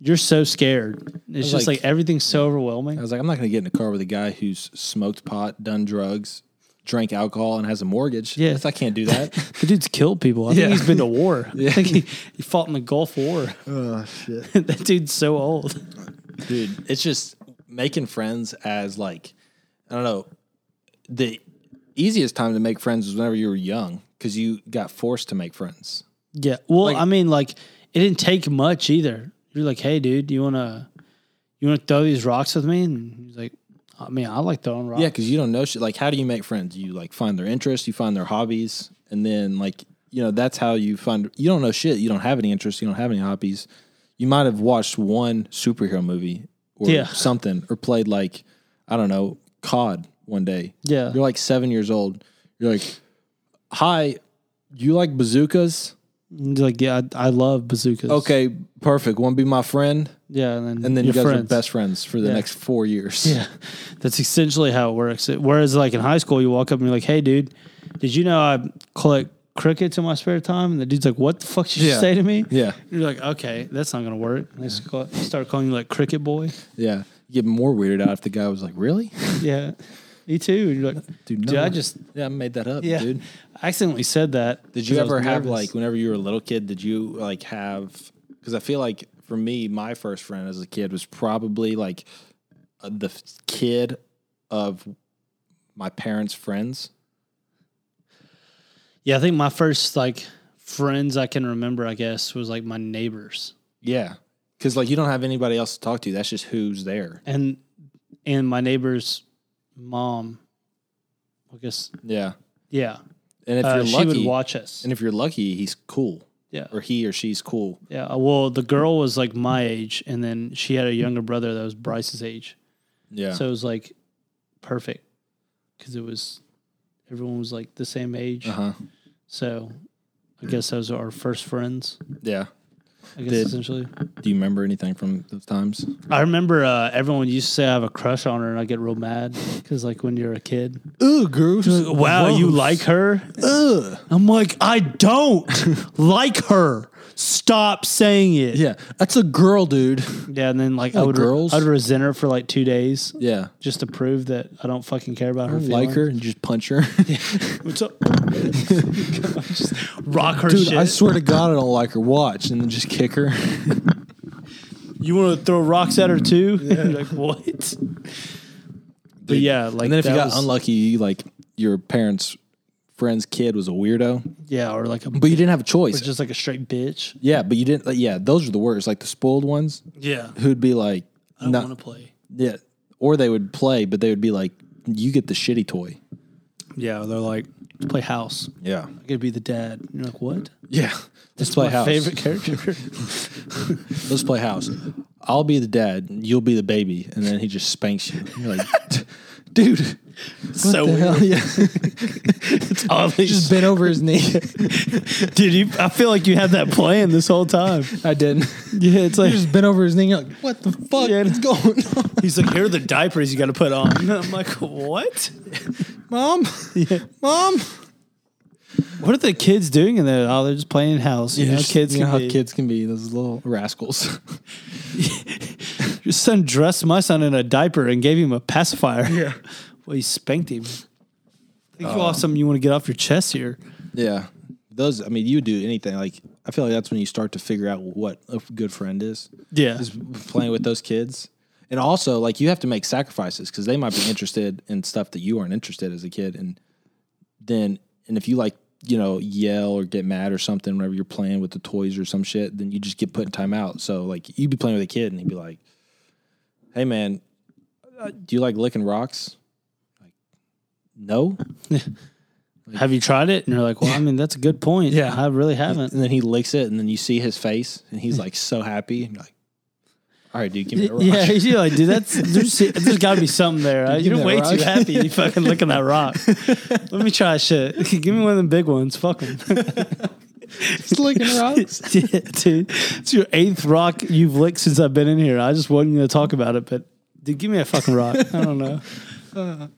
S2: you're so scared. It's just
S1: like-
S2: like, everything's so
S1: I
S2: overwhelming.
S1: was like, I'm not going to get in a car with a guy who's smoked pot, done drugs, drank alcohol, and has a mortgage.
S2: Yeah.
S1: Yes, I can't do that.
S2: The dude's killed people. I
S1: Yeah.
S2: think he's been to war. I think he, he fought in the Gulf War.
S1: oh, shit.
S2: that dude's so old.
S1: Dude, it's just making friends as like, I don't know, the easiest time to make friends was whenever you were young because you got forced to make friends.
S2: Yeah. Well, I mean, like it didn't take much either. You're like, hey, dude, you wanna you wanna throw these rocks with me? And he's like, I mean, I like throwing rocks.
S1: Yeah, because you don't know shit. Like, how do you make friends? You like find their interests, you find their hobbies, and then like you know that's how you find. You don't know shit. You don't have any interests. You don't have any hobbies. You might have watched one superhero movie or
S2: Yeah.
S1: something, or played like I don't know COD one day.
S2: Yeah.
S1: you're like seven years old. You're like, hi, you like bazookas?
S2: And he's like, yeah, I, I love bazookas.
S1: Okay, perfect. Want to be my friend?
S2: Yeah, and then
S1: And then you
S2: your
S1: guys are
S2: friends.
S1: best friends for the next four years.
S2: Yeah, that's essentially how it works. It- whereas, like in high school, you walk up and you're like, "Hey, dude, did you know I collect crickets in my spare time?" And the dude's like, "What the fuck did you
S1: Yeah.
S2: say to me?"
S1: Yeah.
S2: You're like, "Okay, that's not gonna work." And They sc- start calling you like Cricket Boy.
S1: yeah. You get more weirded out if the guy was like, really?
S2: yeah, me too. And you're like,
S1: Dude,
S2: dude,
S1: no.
S2: I just
S1: Yeah, I made that up,
S2: Yeah.
S1: dude.
S2: I accidentally said that.
S1: Did you
S2: 'cause I was
S1: ever have
S2: nervous.
S1: like whenever you were a little kid? Did you like have? Because I feel like for me, my first friend as a kid was probably like uh, the f- kid of my parents' friends.
S2: Yeah, I think my first like friends I can remember, I guess, was like my neighbors
S1: Yeah, because like you don't have anybody else to talk to. That's just who's there.
S2: and and my neighbor's mom. I guess
S1: Yeah,
S2: yeah.
S1: And if
S2: Uh,
S1: you're
S2: she
S1: lucky,
S2: would watch us.
S1: and if you're lucky, he's cool,
S2: Yeah.
S1: or he or she's cool.
S2: Yeah. Well, the girl was like my age, and then she had a younger brother that was Bryce's age.
S1: Yeah.
S2: So it was like perfect because it was everyone was like the same age.
S1: uh huh.
S2: So I guess those are our first friends.
S1: Yeah.
S2: I guess
S1: Did-
S2: essentially.
S1: Do you remember anything from those times?
S2: I remember uh, everyone used to say I have a crush on her, and I get real mad because like when you're a kid,
S1: Ooh, gross.
S2: wow, you like her?
S1: Ugh.
S2: I'm like, I don't like her. Stop saying it.
S1: Yeah, that's a girl, dude.
S2: Yeah, and then like I would
S1: girls?
S2: I'd resent her for like two days
S1: Yeah.
S2: just to prove that I don't fucking care about her.
S1: Like her
S2: feelings.
S1: and just punch her.
S2: What's up? Just rock her
S1: Dude,
S2: shit.
S1: I swear to God, I don't like her. Watch and then just kick her.
S2: you want to throw rocks at her too? like what? But yeah, like
S1: and then if you
S2: that
S1: got
S2: was-
S1: unlucky, you, like your parents' friend's kid was a weirdo,
S2: yeah, or like a
S1: but you didn't have a choice.
S2: just like a straight bitch.
S1: yeah, but you didn't. Like, yeah, those are the worst. Like the spoiled ones
S2: Yeah,
S1: who'd be like,
S2: I don't
S1: not-
S2: want to play.
S1: yeah, or they would play, but they would be like, you get the shitty toy.
S2: Yeah, they're like play house.
S1: Yeah,
S2: I could be the dad. And you're like what?
S1: yeah. Let's play
S2: my
S1: house.
S2: Favorite character.
S1: Let's play house. I'll be the dad. You'll be the baby, and then he just spanks you. And you're like, dude. the
S2: so weird.
S1: hell? Yeah.
S2: Oddly-
S1: just bent over his knee.
S2: Dude, you, I feel like you had that plan this whole time.
S1: I didn't.
S2: Yeah, it's like
S1: Just bent over his knee. You're like, what the fuck
S2: Yeah.
S1: is going on,
S2: he's like, here are the diapers you got to put on. And I'm like, what?
S1: mom? Mom.
S2: What are the kids doing in there? Oh, they're just playing house. You know,
S1: Just-
S2: kids
S1: you know
S2: can
S1: how
S2: be.
S1: kids can be. Those little rascals.
S2: Your son dressed my son in a diaper and gave him a pacifier. Yeah. Oh. well, he spanked him. I think you off something you want to get off your chest here.
S1: yeah. Those. I mean, you do anything. Like, I feel like that's when you start to figure out what a good friend is.
S2: Yeah.
S1: Is playing with those kids. And also, like, you have to make sacrifices because they might be interested in stuff that you aren't interested as a kid. And then, and if you like, you know, yell or get mad or something whenever you're playing with the toys or some shit, then you just get put in timeout. So, like, you'd be playing with a kid and he'd be like, hey, man, uh, do you like licking rocks? Like, no.
S2: Have you tried it? And you're like, well, I mean, that's a good point.
S1: Yeah.
S2: I really haven't.
S1: And then he licks it and then you see his face and he's like so happy. And you're like, all right, dude, give me a rock.
S2: Yeah, you're like, dude, that's there's, there's got to be something there.
S1: give me
S2: You're
S1: that
S2: way
S1: rock.
S2: too happy. You fucking licking that rock. Let me try shit. Give me one of them big ones. Fuck 'em.
S1: Just licking rocks.
S2: yeah, dude. It's your eighth rock you've licked since I've been in here. I just wasn't going to talk about it, but dude, give me a fucking rock. I don't know.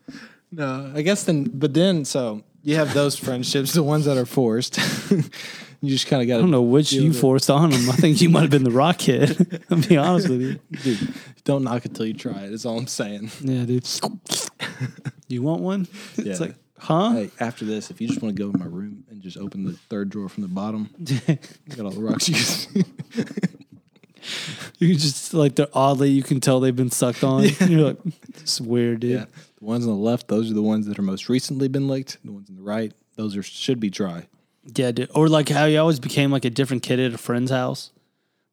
S1: No, I guess then, but then, so you have those friendships, the ones that are forced. you just kind of got
S2: I don't know which you forced on him. I think you might have been the rock kid. I'll be honest with you.
S1: Dude, don't knock it till you try it. That's all I'm saying.
S2: Yeah, dude. You want one?
S1: Yeah.
S2: It's like, huh?
S1: Hey, after this, if you just want to go in my room and just open the third drawer from the bottom, you got all the rocks you can see.
S2: You just like they're oddly, you can tell they've been sucked on. You're like, it's weird, dude.
S1: Yeah. The ones on the left, those are the ones that are most recently been licked. The ones on the right, those are should be dry.
S2: Yeah, dude. Or like how you always became like a different kid at a friend's house.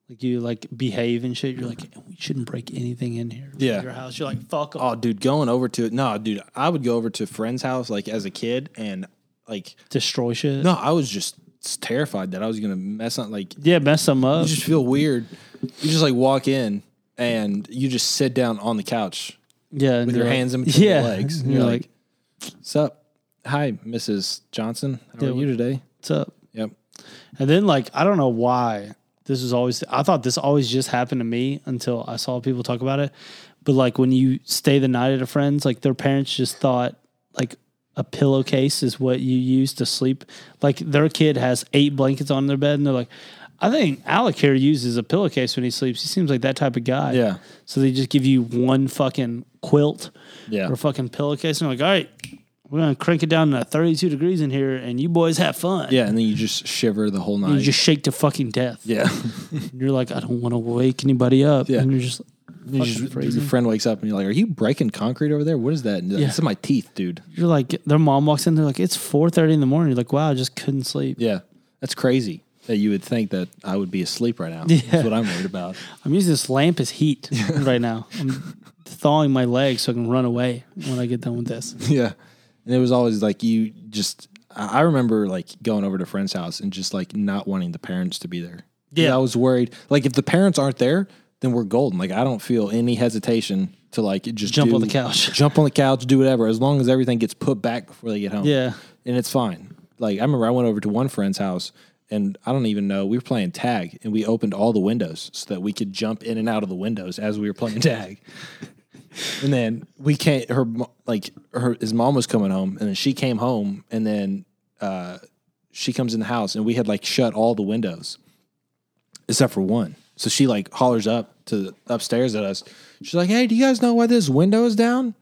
S2: Like you like behave and shit. You're like, we shouldn't break anything in here.
S1: Yeah.
S2: Your house. You're like, fuck 'em.
S1: Oh, dude, going over to it. No, dude, I would go over to a friend's house like as a kid and like,
S2: Destroy shit.
S1: no, I was just terrified that I was going to mess up. Like,
S2: Yeah, mess them up.
S1: you just feel weird. You just like walk in and you just sit down on the couch
S2: yeah,
S1: with your hands in between
S2: yeah.
S1: your legs. And
S2: And
S1: you're,
S2: you're
S1: like, "Sup, hi, Mrs. Johnson. How
S2: Yeah,
S1: are you today?"
S2: what's up?
S1: Yep.
S2: And then like I don't know why this is always. I thought this always just happened to me until I saw people talk about it. But like when you stay the night at a friend's, like their parents just thought like a pillowcase is what you use to sleep. Like their kid has eight blankets on their bed, and they're like. I think Alec here uses a pillowcase when he sleeps. He seems like that type of guy.
S1: Yeah.
S2: So they just give you one fucking quilt
S1: Yeah.
S2: or a fucking pillowcase. And they're like, all right, we're going to crank it down to 32 degrees in here and you boys have fun.
S1: Yeah, and then you just shiver the whole night.
S2: You just shake to fucking death.
S1: yeah.
S2: And you're like, I don't want to wake anybody up.
S1: Yeah.
S2: And you're just,
S1: You just- your friend wakes up and you're like, "Are you breaking concrete over there? What is that?" And you're like,
S2: Yeah.
S1: It's in my teeth, dude.
S2: you're like, their mom walks in. They're like, it's 4.30 in the morning. You're like, wow, I just couldn't sleep.
S1: Yeah, that's crazy. That you would think that I would be asleep right now.
S2: Yeah.
S1: That's what I'm worried about.
S2: I'm using this lamp as heat right now. I'm thawing my legs so I can run away when I get done with this.
S1: Yeah. And it was always like you just I I remember like going over to a friend's house and just like not wanting the parents to be there. 'Cause
S2: Yeah.
S1: I was worried. Like if the parents aren't there, then we're golden. Like I don't feel any hesitation to like just
S2: Jump on
S1: do-
S2: the couch.
S1: jump on the couch, do whatever, as long as everything gets put back before they get home.
S2: Yeah.
S1: and it's fine. Like I remember I went over to one friend's house. And I don't even know. We were playing tag, and we opened all the windows so that we could jump in and out of the windows as we were playing tag. And then we can't. Her mo- like her his mom was coming home, and then she came home, and then uh, she comes in the house, and we had like shut all the windows except for one. So she like hollers up to upstairs at us. She's like, "Hey, do you guys know why this window is down?"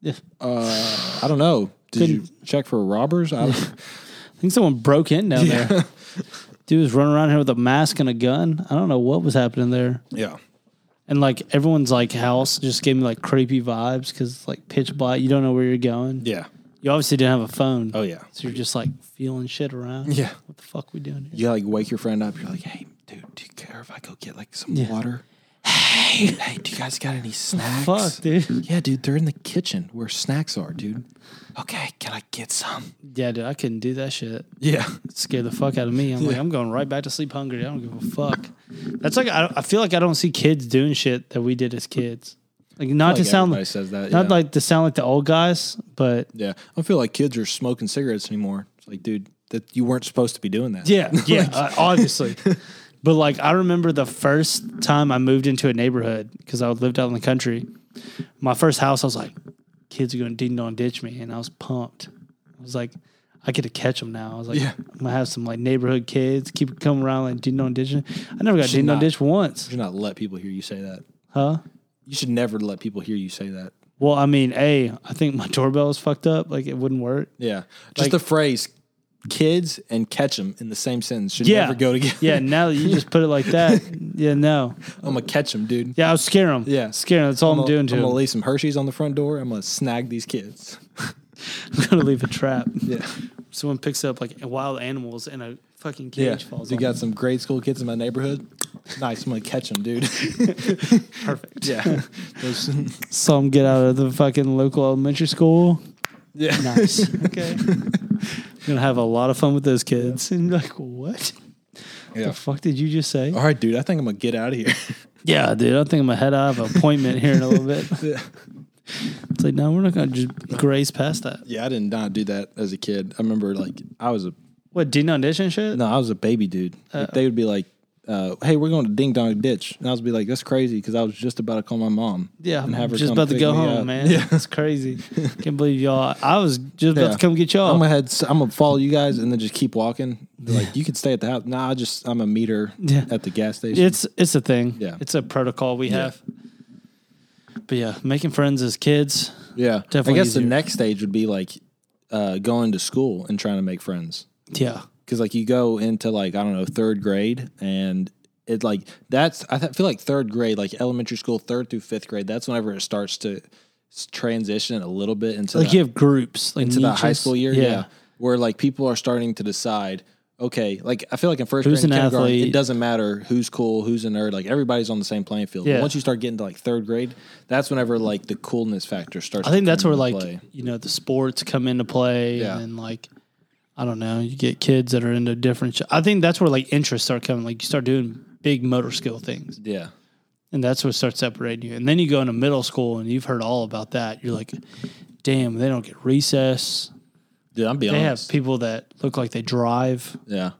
S2: Yeah.
S1: Uh, I don't know. Did you check for robbers? I don't,
S2: I think someone broke in down there. Dude was running around here with a mask and a gun. I don't know what was happening there.
S1: yeah.
S2: And like everyone's like house just gave me like creepy vibes because like pitch black. You don't know where you're going.
S1: Yeah.
S2: You obviously didn't have a phone.
S1: Oh yeah.
S2: So you're just like feeling shit around.
S1: Yeah.
S2: What the fuck we doing here?
S1: You like wake your friend up. You're like, "Hey, dude, do you care if I go get like some
S2: Yeah.
S1: water?" Hey, hey, do you guys got any snacks?
S2: Fuck, dude.
S1: Yeah, dude, they're in the kitchen where snacks are, dude. Okay, can I get some?
S2: Yeah, dude, I couldn't do that shit.
S1: Yeah.
S2: It scared the fuck out of me. I'm like, I'm going right back to sleep hungry. I don't give a fuck. That's like I, I feel like I don't see kids doing shit that we did as kids. Like not
S1: Like
S2: to sound
S1: everybody says that.
S2: not
S1: yeah.
S2: like to sound like the old guys, but
S1: Yeah, I don't feel like kids are smoking cigarettes anymore. It's like, dude, that you weren't supposed to be doing that.
S2: Yeah, yeah, uh, obviously. but like, I remember the first time I moved into a neighborhood because I lived out in the country. My first house, I was like, kids are going to ding dong ditch me, and I was pumped. I was like, I get to catch them now. I was like,
S1: Yeah.
S2: I'm gonna have some like neighborhood kids keep coming around like ding dong ditching. I never got ding dong
S1: not.
S2: ditch once,
S1: you should not let people hear you say that.
S2: huh?
S1: You should never let people hear you say that.
S2: Well, I mean, a, I think my doorbell is fucked up. Like it wouldn't work.
S1: Yeah, just
S2: Like-
S1: the phrase "kids" and "catch 'em" in the same sentence should
S2: Yeah,
S1: never go together.
S2: yeah, now that you just put it like that, yeah, no,
S1: I'm gonna catch 'em, dude.
S2: yeah, I'll scare them.
S1: Yeah.
S2: scare them. That's all I'm,
S1: gonna-
S2: doing to
S1: I'm
S2: 'em.
S1: gonna leave some Hershey's on the front door. I'm gonna snag these kids.
S2: I'm gonna leave a trap.
S1: Yeah,
S2: Someone picks up like wild animals and a fucking cage
S1: yeah.
S2: falls.
S1: You
S2: on
S1: got
S2: them.
S1: some grade school kids in my neighborhood. Nice, I'm gonna catch 'em, dude.
S2: perfect.
S1: yeah, Those-
S2: Some get out of the fucking local elementary school.
S1: yeah.
S2: Nice. okay. Gonna have a lot of fun with those kids. And you're like, what?
S1: Yeah. Oh.
S2: The fuck did you just say?
S1: All right, dude. I think I'm gonna get out of here.
S2: Yeah, dude. I think I'm gonna head out of an appointment here in a little bit.
S1: Yeah.
S2: It's like, no, we're not gonna just graze past that.
S1: Yeah, I did not do that as a kid. I remember like I was a
S2: What, Dean audition shit?
S1: no, I was a baby dude. Like, they would be like, uh, "Hey, we're going to Ding Dong Ditch," and I was be like, "That's crazy," because I was just about to call my mom.
S2: Yeah,
S1: and have her
S2: just
S1: come
S2: about to
S1: pick
S2: go
S1: me
S2: home,
S1: up.
S2: man.
S1: Yeah.
S2: It's crazy. Can't believe y'all. I was just about
S1: Yeah.
S2: to come get y'all.
S1: I'm gonna head, I'm gonna follow you guys and then just keep walking. They're like you could stay at the house. Nah, I just I'm a meter
S2: Yeah.
S1: at the gas station.
S2: It's it's a thing.
S1: Yeah.
S2: It's a protocol we have. But yeah, making friends as kids.
S1: yeah,
S2: definitely
S1: I guess
S2: easier.
S1: the next stage would be like uh, going to school and trying to make friends.
S2: Yeah.
S1: because like you go into like I don't know third grade and it like that's I th- feel like third grade like elementary school third through fifth grade that's whenever it starts to s- transition a little bit into
S2: Like
S1: the,
S2: you have groups. Like
S1: into the high
S2: niches.
S1: school year yeah. where like people are starting to decide okay like I feel like in first
S2: Who's
S1: grade and
S2: an
S1: kindergarten
S2: athlete?
S1: it doesn't matter who's cool who's a nerd like everybody's on the same playing field
S2: Yeah.
S1: But once you start getting to like third grade that's whenever like the coolness factor starts
S2: I think
S1: to
S2: that's
S1: come
S2: where
S1: into
S2: like
S1: play.
S2: you know the sports come into play,
S1: Yeah.
S2: and then like I don't know, you get kids that are into different. Sh- I think that's where like interests start coming. Like you start doing big motor skill things,
S1: yeah
S2: and that's what starts separating you. And then you go into middle school, and you've heard all about that. You're like, damn, they don't get recess.
S1: dude I'm being
S2: They have
S1: honest
S2: people that look like they drive.
S1: yeah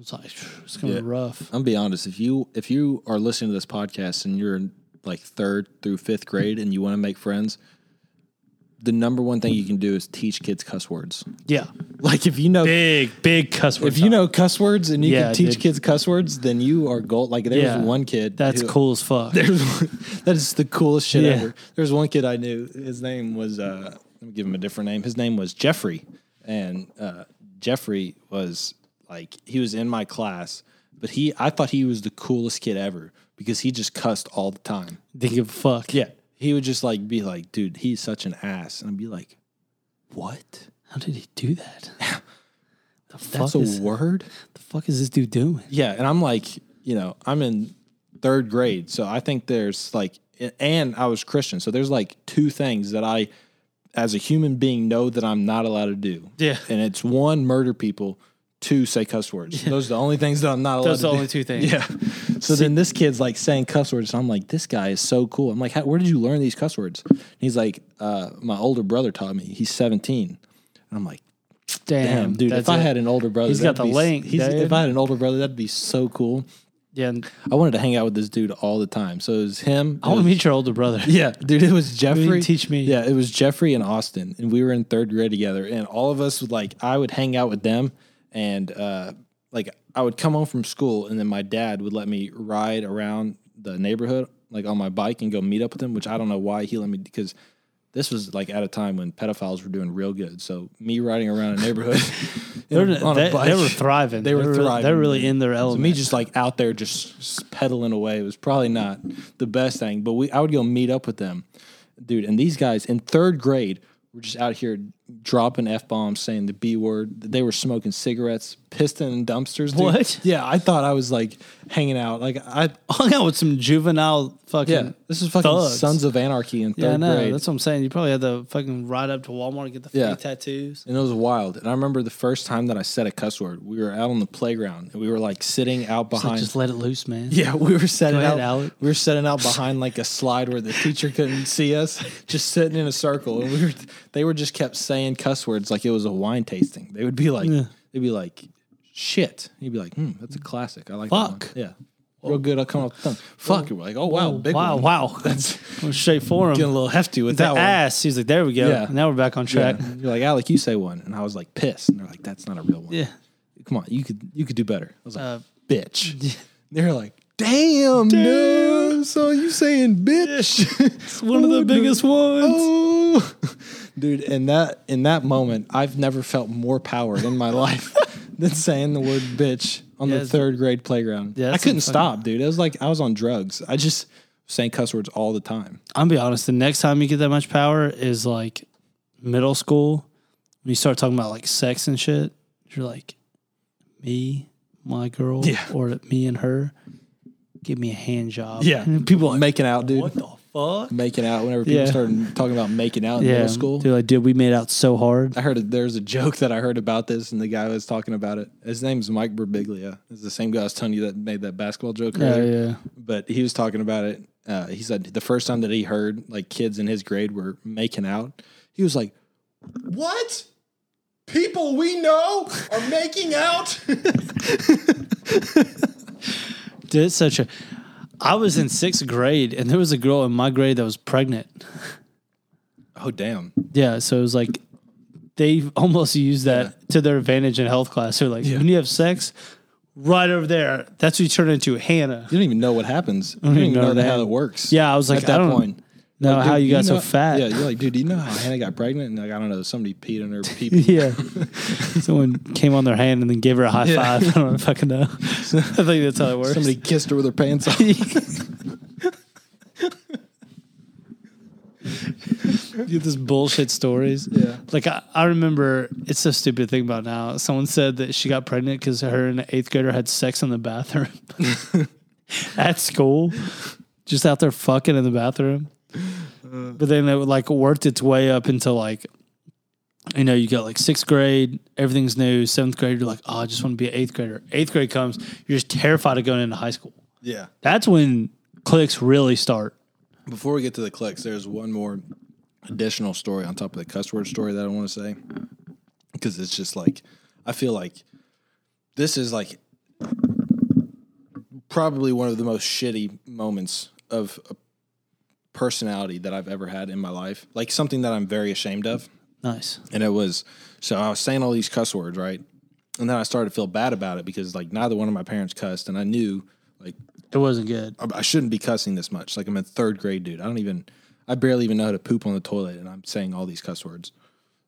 S2: It's like it's gonna
S1: Yeah.
S2: be rough.
S1: I'm gonna be honest. If you if you are listening to this podcast and you're in like third through fifth grade and you want to make friends, the number one thing you can do is teach kids cuss words.
S2: Yeah.
S1: Like if you know
S2: Big, big cuss word.
S1: if you know cuss words and you
S2: Yeah,
S1: can teach
S2: dude.
S1: kids cuss words, then you are gold. Like there
S2: Yeah.
S1: was one kid
S2: that's
S1: who-
S2: cool as fuck.
S1: There's, that is the coolest shit
S2: Yeah.
S1: ever. There's one kid I knew. His name was uh, let me give him a different name. His name was Jeffrey, and uh, Jeffrey was like he was in my class, but he I thought he was the coolest kid ever because he just cussed all the time.
S2: Didn't give a fuck.
S1: Yeah, he would just like be like, dude, he's such an ass, and I'd be like, what?
S2: How did he do that? the fuck
S1: That's a
S2: is
S1: word?
S2: the fuck is this dude doing?
S1: Yeah, and I'm like, you know, I'm in third grade, so I think there's like, and I was Christian, so there's like two things that I as a human being know that I'm not allowed to do.
S2: Yeah.
S1: And it's one, murder people, two, say cuss words. Those are the only things that I'm not allowed
S2: Those
S1: to
S2: are the
S1: do.
S2: only two things.
S1: Yeah. So then this kid's like saying cuss words. And I'm like, this guy is so cool. I'm like, How, where did you learn these cuss words? And he's like, uh, my older brother taught me. He's 17. And I'm like,
S2: Damn,
S1: damn, dude, if
S2: that's
S1: I
S2: it.
S1: had an older brother,
S2: He's got
S1: that'd
S2: the
S1: be-
S2: link,
S1: he's-
S2: dude.
S1: if I had an older brother, that'd be so cool.
S2: yeah. and-
S1: I wanted to hang out with this dude all the time. So it was him.
S2: I want to meet your older brother.
S1: Yeah, dude, it was Jeffrey.
S2: teach me.
S1: Yeah, it was Jeffrey and Austin, and we were in third grade together. And all of us would like, I would hang out with them, and uh, like I would come home from school, and then my dad would let me ride around the neighborhood like on my bike and go meet up with them. Which I don't know why he let me because this was like at a time when pedophiles were doing real good. So me riding around a neighborhood
S2: They're,
S1: in a- on
S2: they,
S1: a bike.
S2: they were thriving.
S1: They were thriving.
S2: They're really in their
S1: So
S2: element.
S1: me just like out there just s- pedaling away was probably not the best thing, but we I would go meet up with them, dude. And these guys in third grade were just out here dropping f bombs, saying the b word. They were smoking cigarettes, piston in dumpsters. Dude.
S2: What?
S1: Yeah, I thought I was like hanging out. Like I
S2: hung out Oh, with some juvenile fucking.
S1: yeah, this is fucking
S2: thugs.
S1: Sons of Anarchy in third
S2: Yeah, I know.
S1: grade.
S2: That's what I'm saying. You probably had to fucking ride up to Walmart and get the free
S1: Yeah.
S2: tattoos.
S1: And it was wild. And I remember the first time that I said a cuss word. We were out on the playground and we were like sitting out
S2: It's like,
S1: behind
S2: just let it loose, man.
S1: Yeah, we were setting
S2: ahead,
S1: out.
S2: Alec.
S1: We were setting out behind like a slide where the teacher couldn't see us, just sitting in a circle, and we were. They were just kept saying cuss words like it was a wine tasting. They would be like, they'd be like, shit. You'd be like, hmm, that's a classic. I like.
S2: Fuck.
S1: That one. Yeah, real good. I'll come off the tongue. Fuck. We're like, oh wow, big
S2: wow,
S1: one.
S2: wow. That's straight for him.
S1: Getting a little hefty with
S2: The
S1: that one.
S2: ass. He's like, there we go.
S1: Yeah.
S2: Now we're back on track.
S1: Yeah. You're like, Alec, you say one, and I was like, piss, and they're like, that's not a real one.
S2: Yeah.
S1: Come on, you could you could do better. I was like,
S2: Uh,
S1: bitch. They're like, damn, dude. So you saying bitch?
S2: It's one of the
S1: Oh, dude.
S2: biggest ones.
S1: Oh, dude. In that in that moment, I've never felt more power in my life than saying the word bitch on the
S2: Yes.
S1: third grade playground.
S2: Yeah,
S1: I
S2: that's
S1: couldn't
S2: some
S1: stop, dude. It was like I was on drugs. I just was saying cuss words all the time.
S2: I'll be honest. The next time you get that much power is like middle school. When you start talking about like sex and shit, you're like, me, my girl,
S1: Yeah.
S2: or me and her, give me a hand job.
S1: Yeah.
S2: And people are like,
S1: Making out, dude.
S2: what the fuck?
S1: Making out. Whenever people
S2: Yeah.
S1: started talking about making out in
S2: Yeah.
S1: middle school,
S2: Dude, like, dude, we made out so hard.
S1: I heard there's a joke that I heard about this, and the guy was talking about it. His name's Mike Birbiglia. It's the same guy I was telling you that made that basketball joke
S2: Yeah,
S1: earlier.
S2: yeah.
S1: But he was talking about it. Uh, he said the first time that he heard like kids in his grade were making out, he was like, "What? People we know are making out?"
S2: Dude, it's such a. I was in sixth grade, and there was a girl in my grade that was pregnant.
S1: oh damn!
S2: Yeah, so it was like they almost used that to their advantage in health class. They're like, when you have sex, right over there, that's what you turn into, Hannah.
S1: You don't even know what happens. You don't even
S2: know
S1: know,
S2: her
S1: how
S2: name.
S1: that works.
S2: Yeah, I was like,
S1: at
S2: I
S1: that
S2: don't
S1: point.
S2: know
S1: Like,
S2: how
S1: dude,
S2: you got so
S1: know-
S2: fat.
S1: Yeah, you're like, dude, do you know how Hannah got pregnant? And like, I don't know, somebody peed in her pee.
S2: Yeah. Someone came on their hand and then gave her a high
S1: Yeah.
S2: five. I don't fucking know. I think that's how it works.
S1: Somebody kissed her with her pants off.
S2: You get this bullshit stories.
S1: Yeah.
S2: Like I, I remember it's so stupid to think about now. Someone said that she got pregnant because her and an eighth grader had sex in the bathroom at school. Just out there fucking in the bathroom. But then it like worked its way up into like you know, you got like sixth grade, everything's new. Seventh grade, you're like, oh, I just want to be an eighth grader. Eighth grade comes, you're just terrified of going into high school.
S1: yeah.
S2: That's when clicks really start.
S1: Before we get to the clicks, there's one more additional story on top of the cuss word story that I want to say because it's just like I feel like this is like probably one of the most shitty moments of a personality that I've ever had in my life. Like something that I'm very ashamed of.
S2: Nice.
S1: And it was so I was saying all these cuss words, right? And then I started to feel bad about it because like neither one of my parents cussed and I knew like
S2: It wasn't good.
S1: I- I shouldn't be cussing this much. Like I'm in third grade, dude. I don't even, I barely even know how to poop on the toilet, and I'm saying all these cuss words.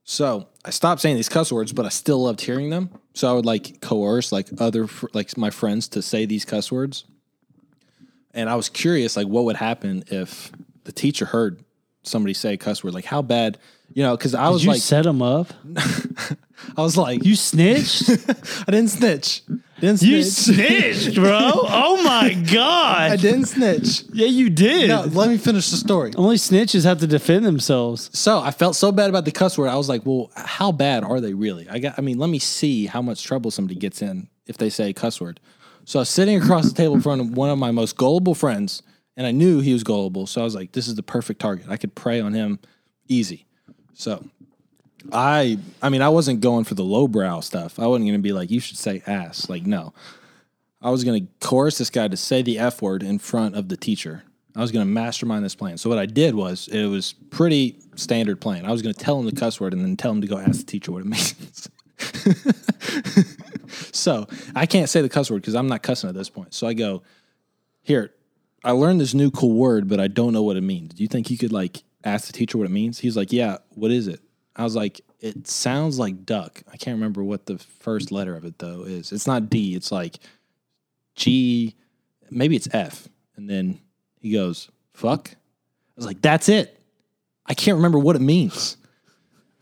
S1: So I stopped saying these cuss words, but I still loved hearing them. So I would like coerce like other fr- like my friends to say these cuss words, and I was curious like what would happen if the teacher heard somebody say a cuss word, like how bad, you know? Because I was
S2: Did you
S1: like,
S2: set him up?
S1: I was like,
S2: You snitched?
S1: I didn't snitch.
S3: Didn't
S2: You
S3: snitch.
S2: snitched, bro. Oh my
S3: I
S2: god.
S3: didn't snitch.
S2: Yeah, you did.
S3: No, let me finish the story.
S2: Only snitches have to defend themselves.
S1: So I felt so bad about the cuss word. I was like, well, how bad are they really? I got, I mean, let me see how much trouble somebody gets in if they say a cuss word. So I was sitting across the table in front of one of my most gullible friends, and I knew he was gullible. So I was like, this is the perfect target. I could prey on him easy. So I, I mean, I wasn't going for the lowbrow stuff. I wasn't going to be like, you should say ass. Like, no. I was going to coerce this guy to say the F word in front of the teacher. I was going to mastermind this plan. So what I did was it was pretty standard plan. I was going to tell him the cuss word and then tell him to go ask the teacher what it means. so I can't say the cuss word because I'm not cussing at this point. So I go, here, I learned this new cool word, but I don't know what it means. Do you think you could like ask the teacher what it means? He's like, yeah, what is it? I was like, it sounds like duck. I can't remember what the first letter of it though is. It's not D. It's like G, maybe it's F. And then he goes, fuck. I was like, that's it. I can't remember what it means.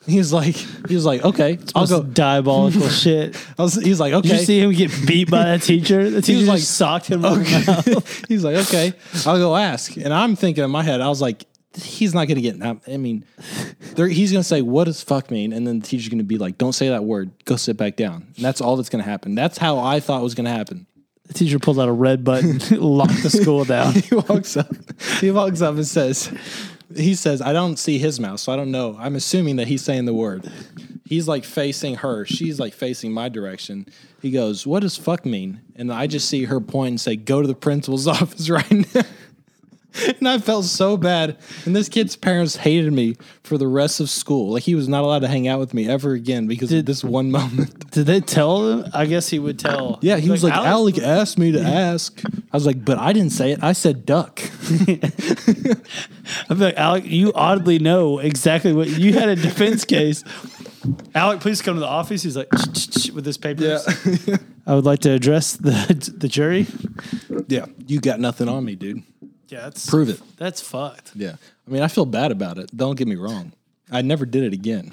S1: He was like, he was like, okay, I'll
S2: That's
S1: go.
S2: diabolical shit.
S1: I was, he was like, okay.
S2: Did you see him get beat by that teacher? The teacher
S1: was
S2: just
S1: like,
S2: like, socked him. over the mouth.
S1: he's like, okay, I'll go ask. And I'm thinking in my head, I was like, he's not going to get. I mean, there- he's going to say, "What does fuck mean?" And then the teacher's going to be like, "Don't say that word. Go sit back down." And that's all that's going to happen. That's how I thought was going to happen.
S2: The teacher pulled out a red button, locked the school down.
S1: He walks up. He walks up and says, "He says I don't see his mouth, so I don't know. I'm assuming that he's saying the word." He's like facing her. She's like facing my direction. He goes, "What does fuck mean?" And I just see her point and say, "Go to the principal's office right now." And I felt so bad. And this kid's parents hated me for the rest of school. Like he was not allowed to hang out with me ever again because of this one moment.
S2: Did they tell him? I guess he would tell.
S1: Yeah, he was like, Alec
S2: "Alex,
S1: asked me to ask. I was like, but I didn't say it. I said duck.
S2: I'd be like, Alec, you oddly know exactly what you had a defense case. Alec, please come to the office. He's like with his papers. I would like to address the the jury.
S1: Yeah, you got nothing on me, dude.
S2: Yeah, that's
S1: Prove it.
S2: that's fucked.
S1: Yeah, I mean, I feel bad about it. Don't get me wrong. I never did it again.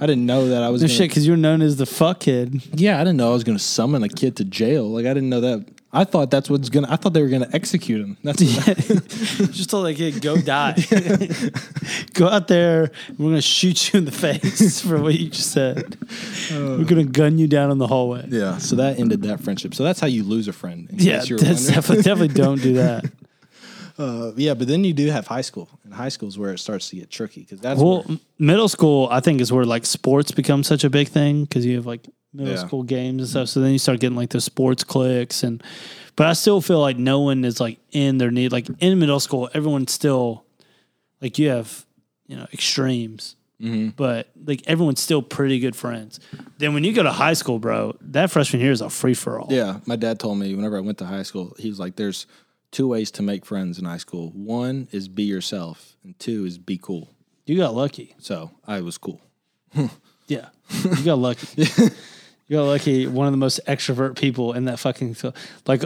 S1: I didn't know that I was.
S2: No
S1: gonna,
S2: shit, because you're known as the fuck kid.
S1: Yeah, I didn't know I was going to summon a kid to jail. Like I didn't know that. I thought that's what's gonna. I thought they were gonna execute him. That's
S2: Just tell that kid go die. go out there. and We're gonna shoot you in the face for what you just said. we're gonna gun you down in the hallway.
S1: yeah. So that ended that friendship. So that's how you lose a friend. in
S2: Yeah,
S1: case you were
S2: that's
S1: wondering.
S2: definitely, definitely don't do that.
S1: Uh, yeah, but then you do have high school, and high school is where it starts to get tricky because that's
S2: Well,
S1: where,
S2: m- middle school, I think, is where like sports become such a big thing because you have like middle
S1: Yeah.
S2: school games and stuff. So then you start getting like the sports cliques and, but I still feel like no one is like in their need. Like in middle school, everyone's still like you have, you know, extremes,
S1: Mm-hmm.
S2: but like everyone's still pretty good friends. Then when you go to high school, bro, that freshman year is a free for all.
S1: Yeah, my dad told me whenever I went to high school, he was like, "There's two ways to make friends in high school. One is be yourself, and two is be cool."
S2: You got lucky.
S1: So I was cool.
S2: Yeah. You got lucky. you got lucky. One of the most extrovert people in that fucking school. Like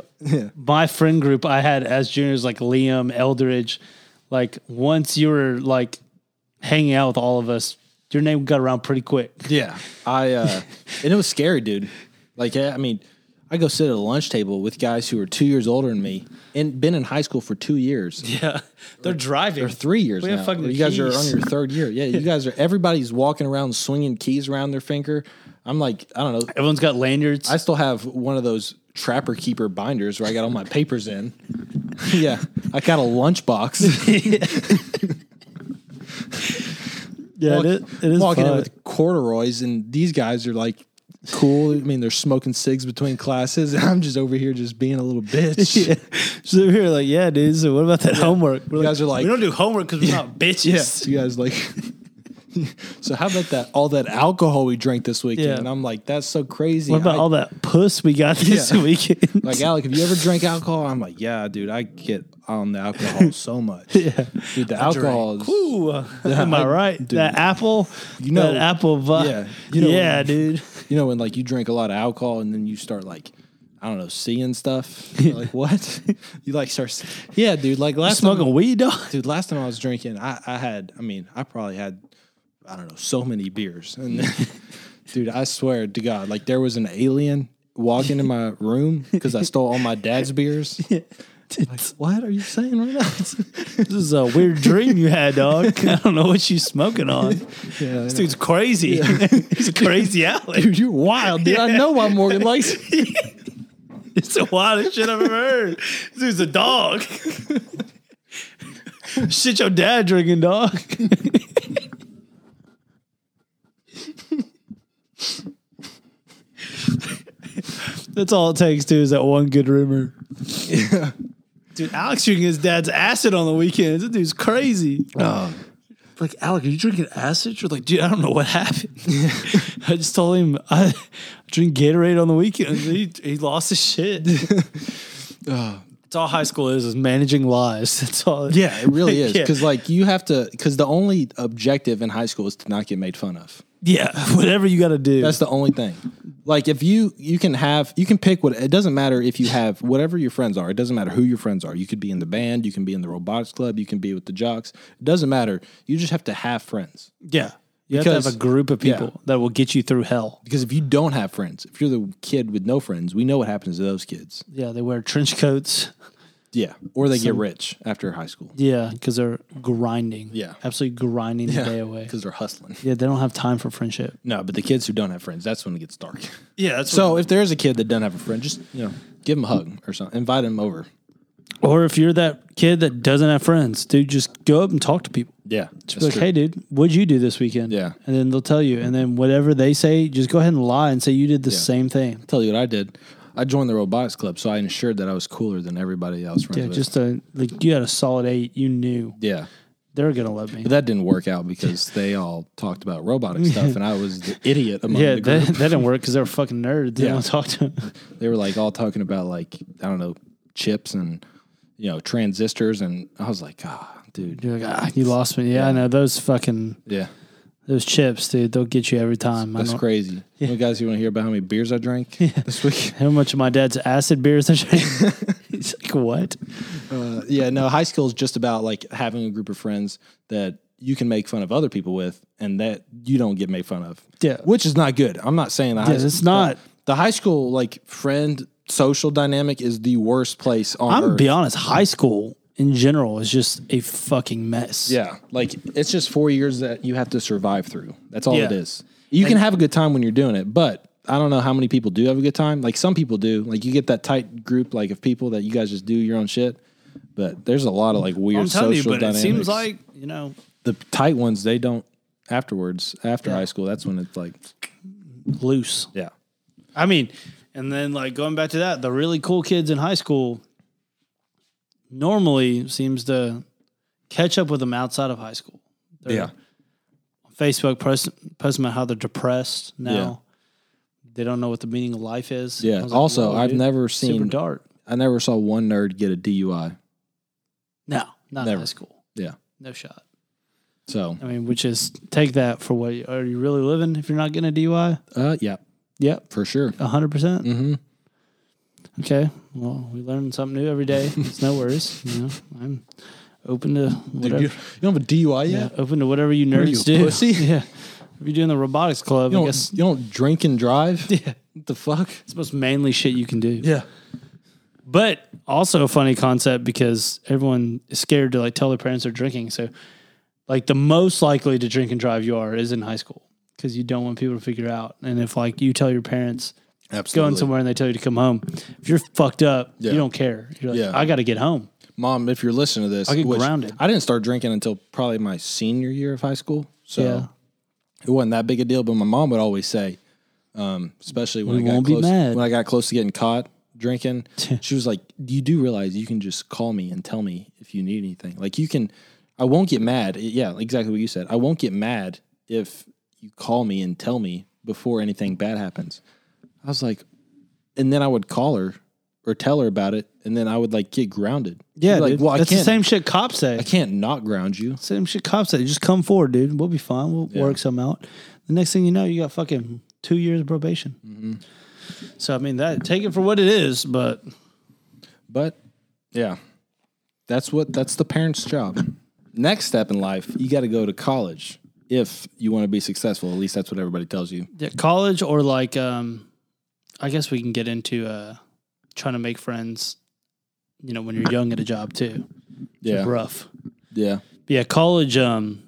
S2: my friend group I had as juniors, like Liam, Eldridge, like once you were like hanging out with all of us, your name got around pretty quick.
S1: Yeah, I uh, and it was scary, dude. Like, yeah, I mean, I go sit at a lunch table with guys who are two years older than me and been in high school for two years,
S2: Yeah. They're driving.
S1: or three years
S2: We have
S1: now.
S2: fucking
S1: you guys are on
S2: keys.
S1: your third year. Yeah, you guys are. Everybody's walking around swinging keys around their finger. I'm like, I don't know.
S2: Everyone's got lanyards.
S1: I still have one of those trapper keeper binders where I got all my papers in. yeah, I got a lunchbox.
S2: yeah, it is, it is
S1: walking in
S2: fun.
S1: with corduroys, and these guys are like. Cool. I mean, they're smoking cigs between classes, and I'm just over here just being a little bitch.
S2: So we were like, yeah, dude. So what about that homework? We're
S1: guys are like-
S2: we don't do homework because we're not bitches.
S1: So you guys like. so how about that? All that alcohol we drank this weekend,
S2: Yeah.
S1: and I'm like, that's so crazy.
S2: What about
S1: I-
S2: all that puss we got this
S1: Yeah.
S2: weekend?
S1: like Alec, have you ever drank alcohol? I'm like, yeah, dude, I get on the alcohol so much.
S2: Yeah.
S1: Dude, the alcohol. Is,
S2: Ooh, am I right? That apple, you
S1: know-
S2: know, that apple vi-
S1: yeah,
S2: Yeah,
S1: you know-
S2: dude.
S1: you know when like you drink a lot of alcohol and then you start like. I don't know, seeing stuff. You're like what? you like start? s- Yeah, dude. Like last time-
S2: Smoking weed, dog.
S1: dude, last time I was drinking, I, I had, I mean, I probably had, I don't know, so many beers. And dude, I swear to God, like there was an alien walked into my room because I stole all my dad's beers. Like, what are you saying right now?
S2: This is a weird dream you had, dog. I don't know what you smoking on.
S1: yeah, I
S2: This
S1: know.
S2: dude's crazy. He's crazy Alex.
S1: Dude, you're wild, dude. I know why Morgan likes you.
S2: It's the wildest shit I've ever heard. This dude's a dog. shit your dad drinking, dog. That's all it takes, too, is that one good rumor. Dude, Alex drinking his dad's acid on the weekends. That dude's crazy.
S1: Oh.
S2: Like, Alec, are you drinking acid? You're like, dude, I don't know what happened. I just told him I drink Gatorade on the weekends. He, he lost his shit. It's all high school is, is managing lies. That's all.
S1: Oh. Yeah, it really is.
S2: Yeah.
S1: Because like you have to, because the only objective in high school is to not get made fun of.
S2: Yeah. Whatever you got to do.
S1: That's the only thing. Like if you you can have you can pick what it doesn't matter if you have whatever your friends are. It doesn't matter who your friends are. You could be in the band, you can be in the robotics club, you can be with the jocks. It doesn't matter. You just have to have friends.
S2: yeah. You have to have
S1: Because-
S2: a group of people
S1: yeah.
S2: that will get you through hell.
S1: Because if you don't have friends, if you're the kid with no friends, we know what happens to those kids.
S2: Yeah. They wear trench coats.
S1: Yeah. Or they get rich after high school.
S2: Yeah. Because they're grinding.
S1: Yeah.
S2: Absolutely grinding the day away.
S1: Because they're hustling.
S2: Yeah. They don't have time for friendship.
S1: No, but the kids who don't have friends, that's when it gets dark.
S2: Yeah. That's
S1: So if there is a kid that doesn't have a friend, just you know, give him a hug or something. Invite him over.
S2: Or if you're that kid that doesn't have friends, dude, just go up and talk to people.
S1: Yeah.
S2: Just be like, hey, dude, what'd you do this weekend?
S1: Yeah.
S2: And then they'll tell you. And then whatever they say, just go ahead and lie and say you did the same thing.
S1: tell you what I did. I joined the robotics club, so I ensured that I was cooler than everybody else. friends
S2: Yeah,
S1: with.
S2: just a like you had a solid eight. You knew
S1: yeah.
S2: they're gonna love me.
S1: But that didn't work out because they all talked about robotic stuff, and I was the idiot among
S2: yeah,
S1: the
S2: that,
S1: group.
S2: that didn't work because they were fucking nerds. They
S1: Yeah.
S2: don't talk to them.
S1: they were like all talking about like I don't know chips and you know transistors, and I was like, ah, dude,
S2: You're like, ah, you lost me. Yeah, I know those fucking
S1: yeah,
S2: those chips, dude. They'll get you every time. I
S1: that's
S2: don't-
S1: crazy. You guys, you want to hear about how many beers I drank this week?
S2: How much of my dad's acid beers I drink? He's like, what?
S1: Uh, yeah, no, high school is just about like having a group of friends that you can make fun of other people with and that you don't get made fun of.
S2: Yeah.
S1: Which is not good. I'm not saying that.
S2: Yeah, it's not.
S1: The high school like friend social dynamic is the worst place on
S2: I'm gonna
S1: earth.
S2: be honest. High school in general is just a fucking mess.
S1: yeah. Like it's just 4 years that you have to survive through. That's all
S2: Yeah.
S1: it is. You can have a good time when you're doing it, but I don't know how many people do have a good time. Like some people do. Like you get that tight group like of people that you guys just do your own shit. But there's a lot of like weird
S2: I'm telling you,
S1: social
S2: but
S1: dynamics.
S2: it seems like you know
S1: the tight ones they don't afterwards after high school that's when it's like
S2: loose.
S1: yeah
S2: I mean, and then like going back to that, the really cool kids in high school normally seems to catch up with them outside of high school. They're
S1: Yeah.
S2: on Facebook post, posting about how they're depressed now. They don't know what the meaning of life is.
S1: yeah
S2: I was like,
S1: also
S2: whoa,
S1: i've
S2: dude,
S1: never
S2: super
S1: seen
S2: dark.
S1: i never saw one nerd get a dui
S2: No, not in
S1: Never.
S2: high school.
S1: yeah
S2: No shot.
S1: so
S2: I mean, which is take that for what are you really living if you're not getting a DUI?
S1: uh yeah
S2: Yep,
S1: for sure
S2: hundred percent.
S1: mm-hmm
S2: Okay. Well, we learn something new every day. It's no worries. You know, I'm open to whatever.
S1: don't have a dui
S2: yeah. open to whatever you nerds
S1: you, a
S2: do.
S1: pussy?
S2: Yeah. If you're doing the robotics club,
S1: you
S2: I
S1: don't,
S2: guess
S1: you don't drink and drive yeah what the fuck
S2: it's the most manly shit you can do.
S1: yeah
S2: But also a funny concept because everyone is scared to like tell their parents they're drinking. So, like the most likely to drink and drive you are is in high school because you don't want people to figure out. And if like you tell your parents
S1: absolutely
S2: going somewhere and they tell you to come home, if you're fucked up,
S1: Yeah.
S2: you don't care. You're like,
S1: Yeah.
S2: I got to get home.
S1: mom if you're listening to this
S2: get
S1: which
S2: grounded.
S1: i didn't start drinking until probably my senior year of high school so
S2: Yeah.
S1: it wasn't that big a deal but my mom would always say um, especially when
S2: We
S1: i got
S2: won't be
S1: close
S2: mad.
S1: when i got close to getting caught drinking she was like you do realize you can just call me and tell me if you need anything like you can i won't get mad yeah exactly what you said i won't get mad if you call me and tell me before anything bad happens i was like and then i would call her or tell her about it and then i would like get grounded She'd
S2: Yeah,
S1: be like
S2: dude.
S1: well i
S2: that's
S1: can't
S2: the same shit cops say.
S1: i can't not ground you
S2: Same shit cops say. Just come forward, dude. We'll be fine. We'll
S1: Yeah.
S2: work something out. The next thing you know, you got fucking two years of probation.
S1: Mm-hmm.
S2: So I mean, that take it for what it is, but
S1: But yeah, that's what that's the parents' job. Next step in life, you got to go to college if you want to be successful. At least that's what everybody tells you.
S2: yeah, college or like um, I guess we can get into uh, trying to make friends. You know, when you're young at a job too,
S1: Yeah.
S2: rough.
S1: Yeah.
S2: But yeah, college. Um,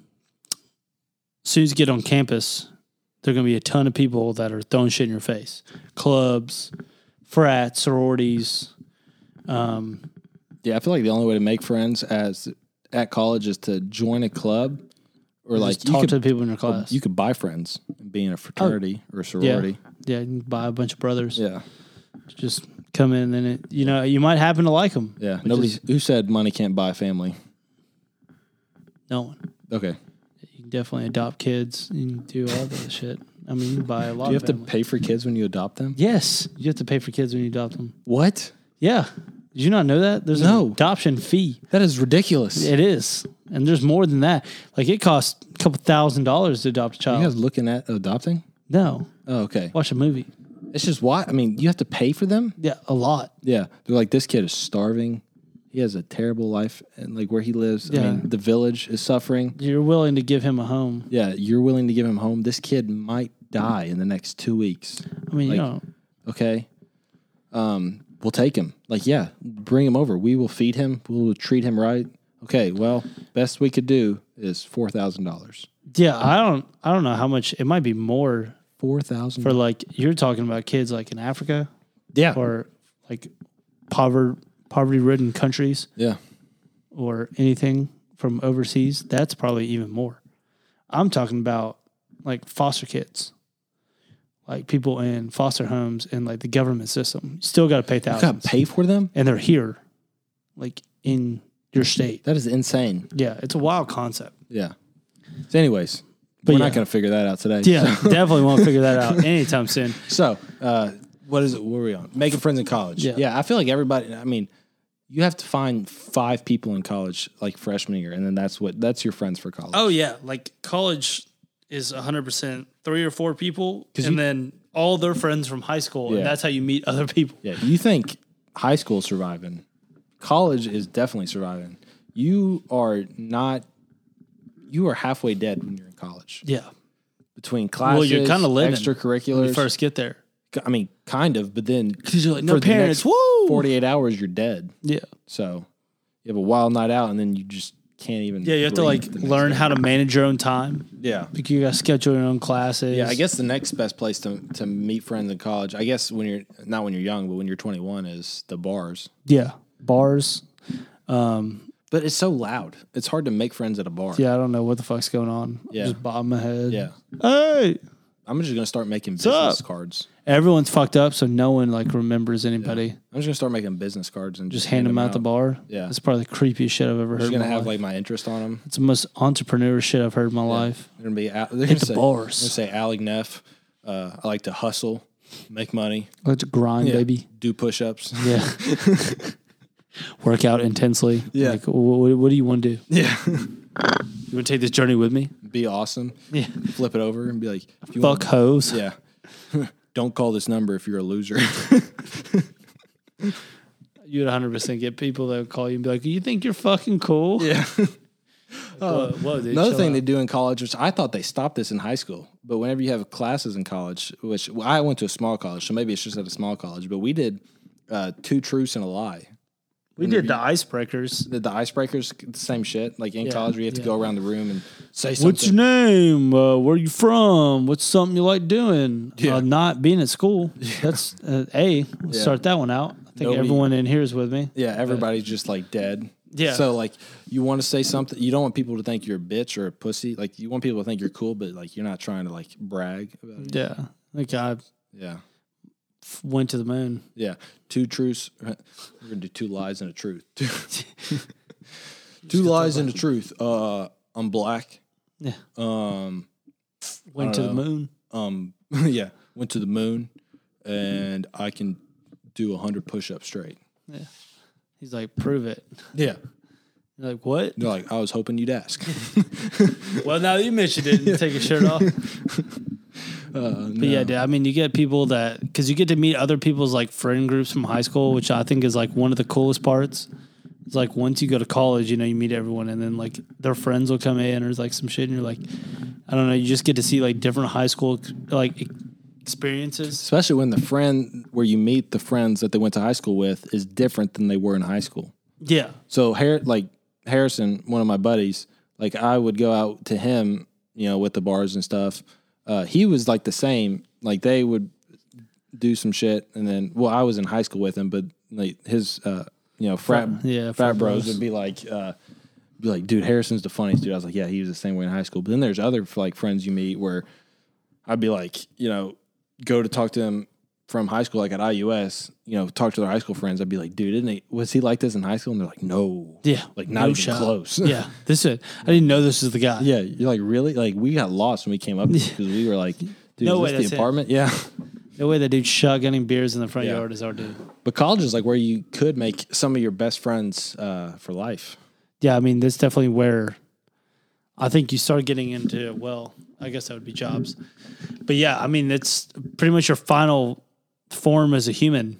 S2: soon as you get on campus, there are going to be a ton of people that are throwing shit in your face. Clubs, frats, sororities. Um,
S1: Yeah. I feel like the only way to make friends as at college is to join a club or like
S2: just talk
S1: you could,
S2: to Oh, the people in your class.
S1: you could buy friends and be in a fraternity or a
S2: yeah,
S1: sorority.
S2: yeah, you can buy a bunch of brothers.
S1: Yeah.
S2: Just come in and it, you know you might happen to like them.
S1: Yeah. Nobody who said money can't buy family.
S2: no one.
S1: Okay.
S2: You can definitely adopt kids. You can do all that shit. I mean, you can buy a lot.
S1: Do you
S2: of
S1: have to
S2: family.
S1: pay for kids when you adopt them?
S2: Yes, you have to pay for kids when you adopt them.
S1: What?
S2: Yeah. Did you not know that? There's
S1: No.
S2: an adoption fee.
S1: That is ridiculous.
S2: It is. And there's more than that. Like it costs a couple thousand dollars to adopt a
S1: You
S2: child.
S1: guys looking at adopting?
S2: no.
S1: Oh, okay.
S2: Watch a movie.
S1: It's just why I mean, you have to pay for them?
S2: Yeah, a lot.
S1: Yeah. They're like, this kid is starving. He has a terrible life and like where he lives. I
S2: Yeah.
S1: mean, the village is suffering.
S2: You're willing to give him a home.
S1: Yeah, you're willing to give him home. This kid might die in the next two weeks.
S2: I mean,
S1: Like-
S2: you know,
S1: Okay. Um, we'll take him. Like, yeah, bring him over. We will feed him. We will treat him right. Okay, well, best we could do is four thousand dollars.
S2: yeah, I don't I don't know how much it might be more
S1: Four thousand
S2: for like you're talking about kids like in Africa
S1: Yeah.
S2: or like poverty poverty ridden countries.
S1: yeah.
S2: or anything from overseas, that's probably even more. I'm talking about like foster kids, like people in foster homes and like the government system. You still got to pay
S1: You gotta
S2: thousands,
S1: pay for them?
S2: and they're here, like in your state.
S1: That is insane.
S2: Yeah, it's a wild concept.
S1: Yeah. So, anyways,
S2: But
S1: we're
S2: yeah.
S1: not going to figure that out today.
S2: Yeah, definitely won't figure that out anytime soon.
S1: So, uh, what is it? What are we on? Making friends in college.
S2: Yeah.
S1: I feel like everybody, I mean, you have to find five people in college like freshman year, and then that's what that's your friends for college.
S2: Oh yeah, like college is 100% three or four people, and
S1: you-
S2: then all their friends from high school,
S1: Yeah.
S2: and that's how you meet other people.
S1: Yeah. You think high school surviving, college is definitely surviving. You are not, you are halfway dead when you're in college
S2: Yeah,
S1: between classes,
S2: you're kinda living when
S1: extracurriculars.
S2: you first get there.
S1: I mean, kind of, but then
S2: no
S1: for the next
S2: parents, woo!
S1: 48 hours, you're dead.
S2: Yeah.
S1: So you have a wild night out, and then you just can't even.
S2: Yeah, you have to
S1: breathe
S2: like
S1: the next
S2: learn
S1: day.
S2: how to manage your own time.
S1: Yeah,
S2: Like you got to schedule your own classes.
S1: yeah. I guess the next best place to to meet friends in college, I guess when you're not when you're young, but when you're 21, is the bars.
S2: Yeah, bars.
S1: But it's so loud; it's hard to make friends at a bar.
S2: Yeah, I don't know what the fuck's going on.
S1: Yeah.
S2: just bob my head.
S1: yeah.
S2: Hey,
S1: I'm just gonna start making business
S2: up?
S1: cards.
S2: everyone's fucked up, so no one like remembers anybody.
S1: I'm just gonna start making business cards and
S2: Just
S1: just,
S2: hand them out the bar.
S1: Yeah.
S2: that's probably the creepiest shit I've ever heard.
S1: Just
S2: in
S1: gonna
S2: my
S1: have
S2: life.
S1: like my interest on them.
S2: it's the most entrepreneur shit I've heard in my life.
S1: They're gonna be out. They're gonna
S2: the
S1: say,
S2: bars.
S1: They're gonna say Alec Neff. Uh, I like to hustle, make money,
S2: Let's grind, baby.
S1: do push-ups.
S2: Yeah. Work out intensely.
S1: Yeah.
S2: Like, what, what do you want to do?
S1: Yeah,
S2: You want to take this journey with me?
S1: be awesome.
S2: Yeah.
S1: Flip it over and be like, if you
S2: Fuck hoes.
S1: Yeah. Don't call this number if you're a loser.
S2: you'd 100% get people that would call you and be like, you think you're fucking cool?
S1: Yeah.
S2: Whoa, whoa, dude,
S1: Another
S2: chill
S1: thing
S2: out.
S1: they do in college, which I thought they stopped this in high school, but whenever you have classes in college, which well, I went to a small college, so maybe it's just at a small college, but we did uh, two truths and a lie.
S2: we did the icebreakers.
S1: Did the icebreakers, the same shit. Like in
S2: Yeah,
S1: college, we have to
S2: yeah.
S1: go around the room and say something.
S2: What's your name? Uh, where you from? What's something you like doing?
S1: Yeah.
S2: Uh, not being at school. That's uh, A. We'll
S1: Yeah.
S2: start that one out. I think
S1: Nobody-
S2: everyone in here is with me.
S1: yeah, everybody's just like dead.
S2: Yeah.
S1: So like, you want to say something. You don't want people to think you're a bitch or a pussy. Like you want people to think you're cool, but like you're not trying to like brag. About it.
S2: Yeah. Like I
S1: Yeah.
S2: f- went to the moon.
S1: Yeah, two truths. We're gonna do two lies and a truth. Two, two lies and a truth. Uh, I'm black.
S2: Yeah.
S1: Um,
S2: Went to the
S1: know.
S2: moon.
S1: um, yeah. Went to the moon, and I can do hundred push-ups straight.
S2: He's like, prove it.
S1: Yeah,
S2: You're like, what?
S1: they're like, I was hoping you'd ask.
S2: Well, now that you mentioned it, you take your shirt off.
S1: Uh,
S2: but yeah, dude, I mean, you get people that because you get to meet other people's like friend groups from high school, which I think is like one of the coolest parts. It's like once you go to college, you know, you meet everyone, and then like their friends will come in, or it's like some shit, and you're like, I don't know, you just get to see like different high school like experiences.
S1: Especially when the friend where you meet the friends that they went to high school with is different than they were in high school.
S2: Yeah.
S1: So Har- like Harrison, one of my buddies, like I would go out to him, you know, with the bars and stuff. Uh, he was like the same. Like they would do some shit, and then well, I was in high school with him, but like his, uh, you know, frat,
S2: yeah,
S1: frat,
S2: frat
S1: bros,
S2: bros.
S1: would be like, uh, be like, dude, Harrison's the funniest dude. I was like, yeah, he was the same way in high school. But then there's other like friends you meet where I'd be like, you know, go to talk to them from high school, like at IUS, you know, talk to their high school friends. I'd be like, dude, didn't he, was he like this in high school? And they're like, no.
S2: Yeah.
S1: Like, not even close.
S2: yeah. This is, I didn't know this was the guy.
S1: Yeah. You're like, really? Like, we got lost when we came up because we were like, dude,
S2: No way,
S1: is this
S2: that's
S1: the
S2: him.
S1: apartment? Yeah.
S2: The way that dude shotgunning beers in the front
S1: Yeah.
S2: yard is our dude.
S1: But college is like where you could make some of your best friends uh, for life.
S2: Yeah, I mean, that's definitely where I think you start getting into, well, I guess that would be jobs. But yeah, I mean, it's pretty much your final form as a human.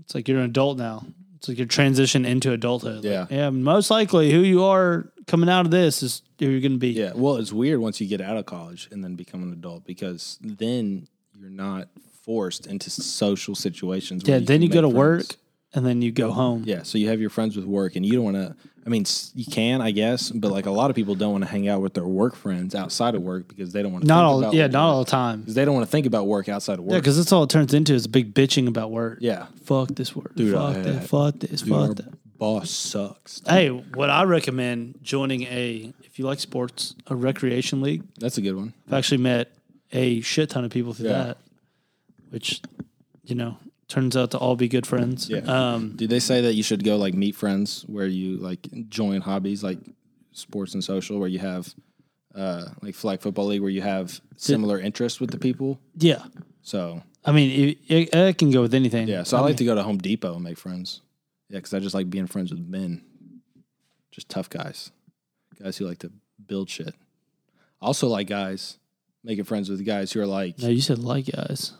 S2: It's like you're an adult now. It's like your transition into adulthood. Like,
S1: Yeah.
S2: yeah. Most likely who you are coming out of this is who you're going to be.
S1: Yeah. Well, it's weird once you get out of college and then become an adult because then you're not forced into social situations. where
S2: Yeah, then
S1: can
S2: you go to
S1: make friends.
S2: work and then you go home.
S1: Yeah, so you have your friends with work, and you don't want to. I mean, s- you can, I guess, but like a lot of people don't want to hang out with their work friends outside of work because they don't want to.
S2: Not
S1: think
S2: all,
S1: about
S2: yeah,
S1: work.
S2: not all the time.
S1: 'Cause they don't want to think about work outside of
S2: Yeah,
S1: work.
S2: because that's all it turns into is a big bitching about work.
S1: Yeah,
S2: Fuck this work.
S1: Dude,
S2: fuck
S1: I-
S2: that. Fuck this.
S1: Dude, our
S2: fuck that.
S1: boss sucks.
S2: Hey, what I recommend joining a if you like sports, a recreation league.
S1: That's a good one.
S2: I've actually met a shit ton of people through
S1: Yeah.
S2: that, which you know turns out to all be good friends.
S1: Yeah.
S2: Um,
S1: Did they say that you should go like meet friends where you like join hobbies like sports and social where you have uh like flag football league where you have similar interests with the people?
S2: yeah.
S1: So
S2: I mean, it, it, it can go with anything.
S1: yeah, so I, like to go to Home Depot and make friends. Yeah, because I just like being friends with men, just tough guys, guys who like to build shit. I Also like guys making friends with guys who are like
S2: No, you said like guys.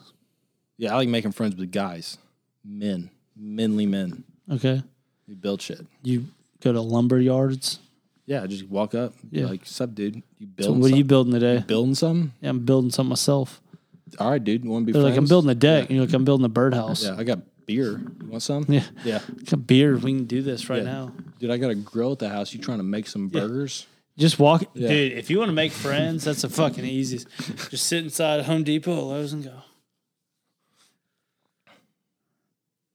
S1: yeah, I like making friends with guys, men, manly men
S2: Okay,
S1: who build shit.
S2: you go to lumber yards.
S1: Yeah, I just walk up. be
S2: Yeah.
S1: Like, sup, dude? You
S2: So
S1: building
S2: what are you
S1: something?
S2: building today?
S1: building something?
S2: Yeah, I'm building something myself.
S1: All right, dude. You want to be
S2: They're
S1: friends?
S2: like, I'm building a deck, and you're like, I'm building a birdhouse.
S1: Yeah, I got beer. You want some?
S2: Yeah.
S1: Yeah.
S2: Got beer. We can do this right
S1: Yeah.
S2: now.
S1: Dude, I got a grill at the house. You trying to make some burgers?
S2: Just walk,
S1: Yeah.
S2: dude. If you want to make friends, that's the fucking easiest. Just sit inside Home Depot, or Lowe's, and go.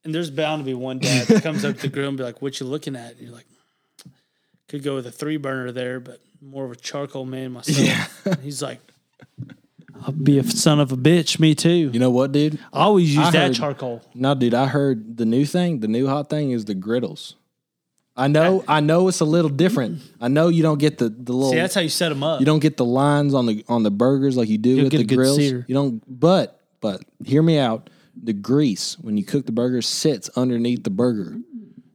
S2: And there's bound to be one dad that comes up to the grill and be like, "What you looking at?" And you're like, "Could go with a three burner there, but more of a charcoal man myself." And he's like, "I'll be a son of a bitch, me too."
S1: You know what, dude?
S2: I always use
S1: I
S2: that
S1: heard-
S2: charcoal.
S1: No, dude, I heard the new thing, the new hot thing is the griddles. I know, I know it's a little different. I know you don't get the, the little
S2: See, that's how you set them up.
S1: you don't get the lines on the on the burgers like you do with
S2: get
S1: the
S2: a good
S1: grills.
S2: sear.
S1: You don't but but hear me out. The grease when you cook the burger sits underneath the burger.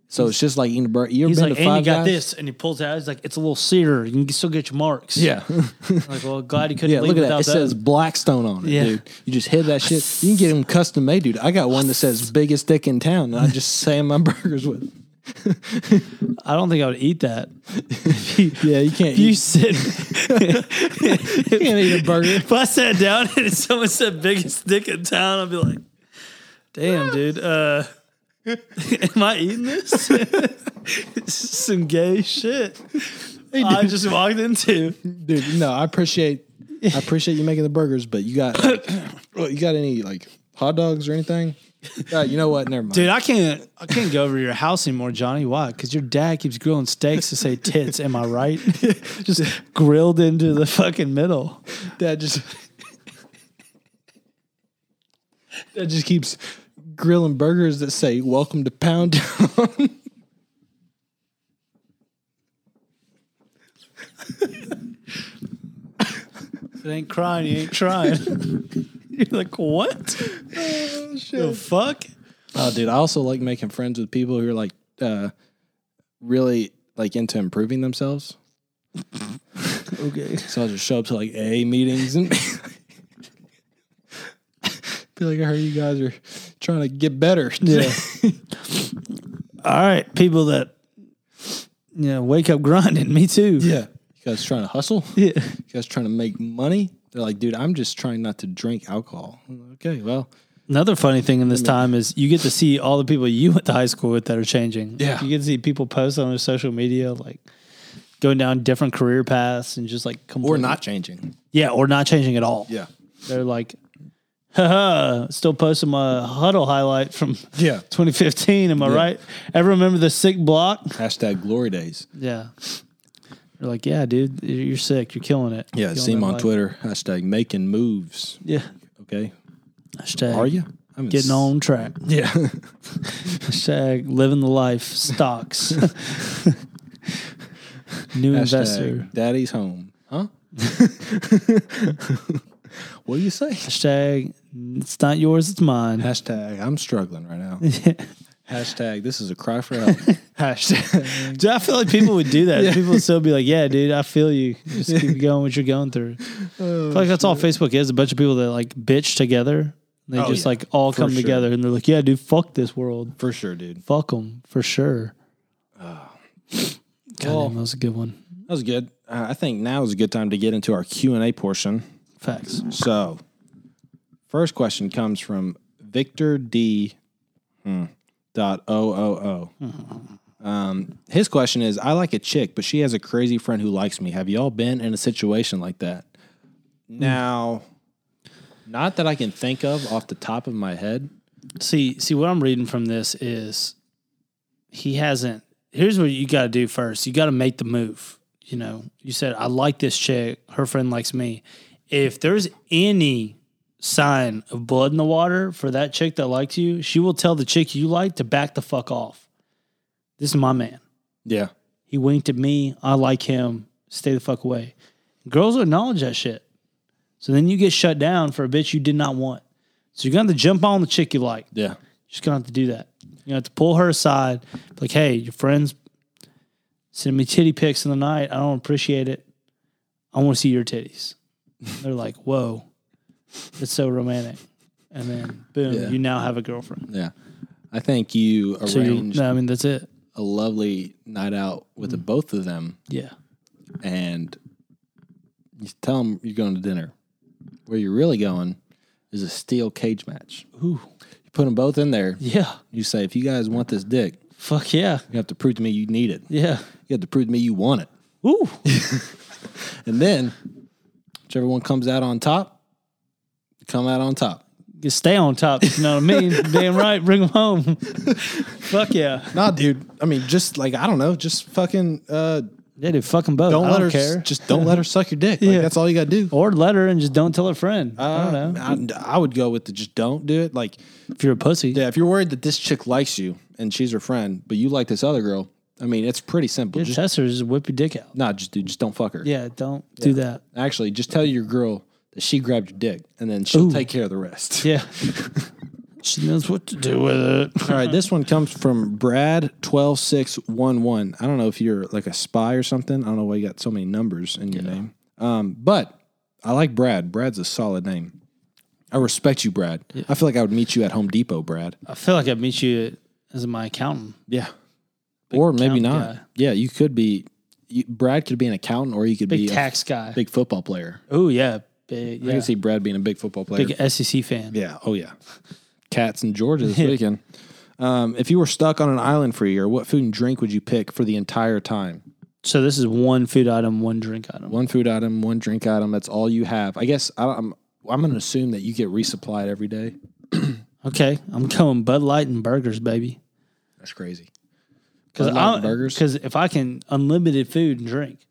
S1: So it's just like eating a burger. You ever
S2: He's
S1: been
S2: like,
S1: to
S2: and
S1: Five
S2: you got
S1: Guys?
S2: this, and he pulls it out. He's like, it's a little sear. You can still get your marks.
S1: Yeah.
S2: Like, well, glad he couldn't
S1: Yeah,
S2: leave
S1: look at that.
S2: without
S1: It says Blackstone on it,
S2: Yeah.
S1: dude. You just hit that shit. You can get them custom made, dude. I got one that says biggest dick in town, and I just sand my burgers with.
S2: I don't think I would eat that.
S1: Yeah, you can't.
S2: If you
S1: Eat,
S2: sit,
S1: you can't eat a burger.
S2: if I sat down and someone said biggest dick in town, I'd be like, damn, dude, uh, am I eating this? this is some gay shit. I just walked into.
S1: dude. No, I appreciate. I appreciate you making the burgers, but you got, like, well, you got any like hot dogs or anything? Uh, you know what? Never mind.
S2: Dude, I can't I can't go over to your house anymore, Johnny. Why? Because your dad keeps grilling steaks to say tits, am I right? just grilled into the fucking middle.
S1: that just that just keeps grilling burgers that say "Welcome to Pound Town."
S2: If it ain't crying, you ain't trying. You're like, what? The fuck?
S1: Oh, dude, I also like making friends with people who are like uh, really like into improving themselves.
S2: Okay.
S1: So I'll just show up to like AA meetings and be like, I heard you guys are trying to get better. Yeah.
S2: All right, people that you know wake up grinding. Me too.
S1: yeah. You guys trying to hustle?
S2: Yeah.
S1: You guys trying to make money? They're like, dude, I'm just trying not to drink alcohol. I'm like, Okay, well,
S2: Another funny thing in this time is you get to see all the people you went to high school with that are changing.
S1: Yeah.
S2: You get to see people post on their social media, like going down different career paths and just like
S1: or
S2: completely-
S1: not changing.
S2: Yeah, or not changing at all.
S1: Yeah,
S2: They're like, haha, still posting my huddle highlight from
S1: yeah.
S2: 2015. Am I right? Ever remember the sick block?
S1: Hashtag glory days.
S2: Yeah. They're like, yeah, dude, you're sick. You're killing it.
S1: Yeah,
S2: Killing
S1: see him
S2: that
S1: on
S2: life."
S1: Twitter. Hashtag making moves.
S2: Yeah.
S1: Okay,
S2: Hashtag
S1: are you? I'm
S2: getting on track?
S1: Yeah,
S2: Hashtag living the life stocks. New investor.
S1: Hashtag daddy's home, huh? what do you say?
S2: Hashtag it's not yours, it's mine.
S1: Hashtag I'm struggling right now. Hashtag this is a cry for help. Hashtag
S2: Dude, I feel like people would do that. People would still be like, "Yeah, dude, I feel you. Just keep going what you're going through."
S1: Oh,
S2: I feel like that's all Facebook is—a bunch of people that like bitch together. They
S1: Oh,
S2: just
S1: yeah.
S2: like all
S1: For
S2: come
S1: sure.
S2: together and they're like, "Yeah, dude, fuck this world.
S1: for sure, dude.
S2: Fuck them for sure." God,
S1: Well-
S2: damn, that was a good one.
S1: That was good. Uh, I think now is a good time to get into our Q and A portion.
S2: Facts.
S1: So, first question comes from Victor D. hmm, Dot O O O. Um, his question is: I like a chick, but she has a crazy friend who likes me. Have y'all been in a situation like that? Hmm. Now, not that I can think of off the top of my head.
S2: See, see what I'm reading from this is he hasn't. Here's what you got to do first. You got to make the move. You know, you said I like this chick. Her friend likes me. If there's any sign of blood in the water for that chick that likes you, she will tell the chick you like to back the fuck off. This is my man.
S1: Yeah,
S2: He winked at me. I like him. Stay the fuck away. Girls will acknowledge that shit. So then you get shut down for a bitch you did not want. So you're gonna have to jump on the chick you like
S1: yeah,
S2: just gonna have to do that. You know, to pull her aside, be like, hey, your friends send me titty pics in the night. I don't appreciate it. I want to see your titties. They're like, whoa, it's so romantic. And then boom,
S1: Yeah.
S2: you now have a girlfriend.
S1: yeah. I think you
S2: So you,
S1: arranged
S2: no, I mean that's it.
S1: a lovely night out with the both of them,
S2: Yeah,
S1: and you tell them you're going to dinner. Where you're really going is a steel cage match.
S2: ooh,
S1: You put them both in there.
S2: yeah,
S1: You say, if you guys want this dick,
S2: fuck yeah,
S1: you have to prove to me you need it.
S2: yeah,
S1: You have to prove to me you want it.
S2: ooh,
S1: And then, whichever one comes out on top, you come out on top.
S2: You stay on top. You know what I mean? Damn right, bring them home. fuck yeah,
S1: Nah, dude. I mean, just like I don't know, just fucking uh,
S2: they did fucking both.
S1: don't
S2: I
S1: let her
S2: don't care.
S1: just don't let her suck your dick. Like,
S2: Yeah.
S1: that's all you gotta do.
S2: or let her and just don't tell her friend. I don't know.
S1: Uh, I, I would go with the just don't do it. Like,
S2: If you're a pussy,
S1: yeah, if you're worried that this chick likes you and she's her friend, but you like this other girl, I mean, it's pretty simple.
S2: Your
S1: Just
S2: tester is whip your dick out.
S1: nah, just dude, just don't fuck her.
S2: Yeah, don't do that.
S1: Actually, just tell your girl that she grabbed your dick, and then she'll
S2: Ooh.
S1: take care of the rest.
S2: Yeah. she knows what to do with it.
S1: All right, this one comes from Brad twelve six one one. I don't know if you're like a spy or something. I don't know why you got so many numbers in your name. Um, but I like Brad. Brad's a solid name. I respect you, Brad. I feel like I would meet you at Home Depot, Brad.
S2: I feel like I'd meet you as my accountant.
S1: Yeah, or maybe
S2: accountant
S1: not.
S2: guy.
S1: Yeah, you could be. You, Brad could be an accountant, or you could
S2: Big
S1: be
S2: tax guy.
S1: a big football player.
S2: oh, yeah. Big,
S1: I
S2: yeah.
S1: can see Brad being a big football player.
S2: big SEC fan.
S1: Yeah. Oh yeah. Cats and Georgia this weekend. Um, if you were stuck on an island for a year, what food and drink would you pick for the entire time?
S2: So this is one food item, one drink item.
S1: One food item, one drink item. That's all you have. I guess I, I'm. I'm going to assume that you get resupplied every day.
S2: Okay. I'm going Bud Light and burgers, baby.
S1: That's crazy. Bud Light and
S2: Because
S1: burgers?
S2: Because if I can unlimited food and drink,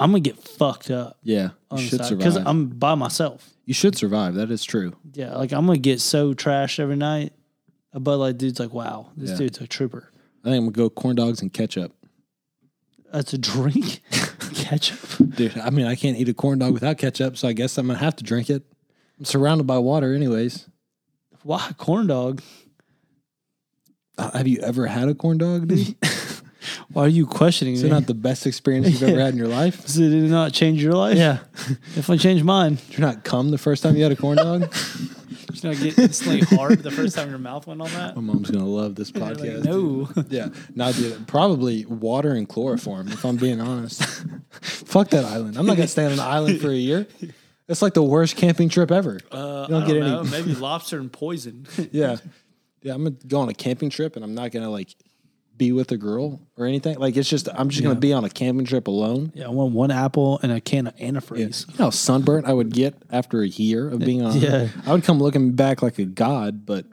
S2: I'm going to get fucked up.
S1: Yeah, you should
S2: Because
S1: survive.
S2: I'm by myself.
S1: you should survive. That is true.
S2: Yeah, like I'm gonna get so trashed every night. A Bud Light dude's like, wow, this
S1: Yeah.
S2: dude's a trooper.
S1: I think I'm gonna go corn dogs and ketchup.
S2: That's a drink, ketchup.
S1: Dude, I mean, I can't eat a corn dog without ketchup, so I guess I'm gonna have to drink it. I'm surrounded by water, anyways.
S2: Why corn dog?
S1: Uh, have you ever had a corn dog, dude?
S2: Why are you questioning
S1: Is
S2: me?
S1: it not the best experience you've ever had in your life?
S2: Does it not change your life? Yeah, definitely changed mine.
S1: Did you not come the first time you had a corn dog?
S2: Did you not get instantly hard the first time your mouth went on that?
S1: My mom's gonna love this
S2: Like,
S1: podcast.
S2: no.
S1: Yeah, not dude. Probably water and chloroform. If I'm being honest, fuck that island. I'm not gonna stay on an island for a year. That's like the worst camping trip ever.
S2: Uh,
S1: You don't
S2: I
S1: get
S2: don't
S1: any-
S2: know. Maybe lobster and poison.
S1: yeah. Yeah, I'm gonna go on a camping trip and I'm not gonna like be with a girl or anything. Like it's just I'm just gonna be on a camping trip alone.
S2: yeah, I want one apple and a can of antifreeze.
S1: You know how sunburnt I would get after a year of being on
S2: Yeah.
S1: I would come looking back like a god, but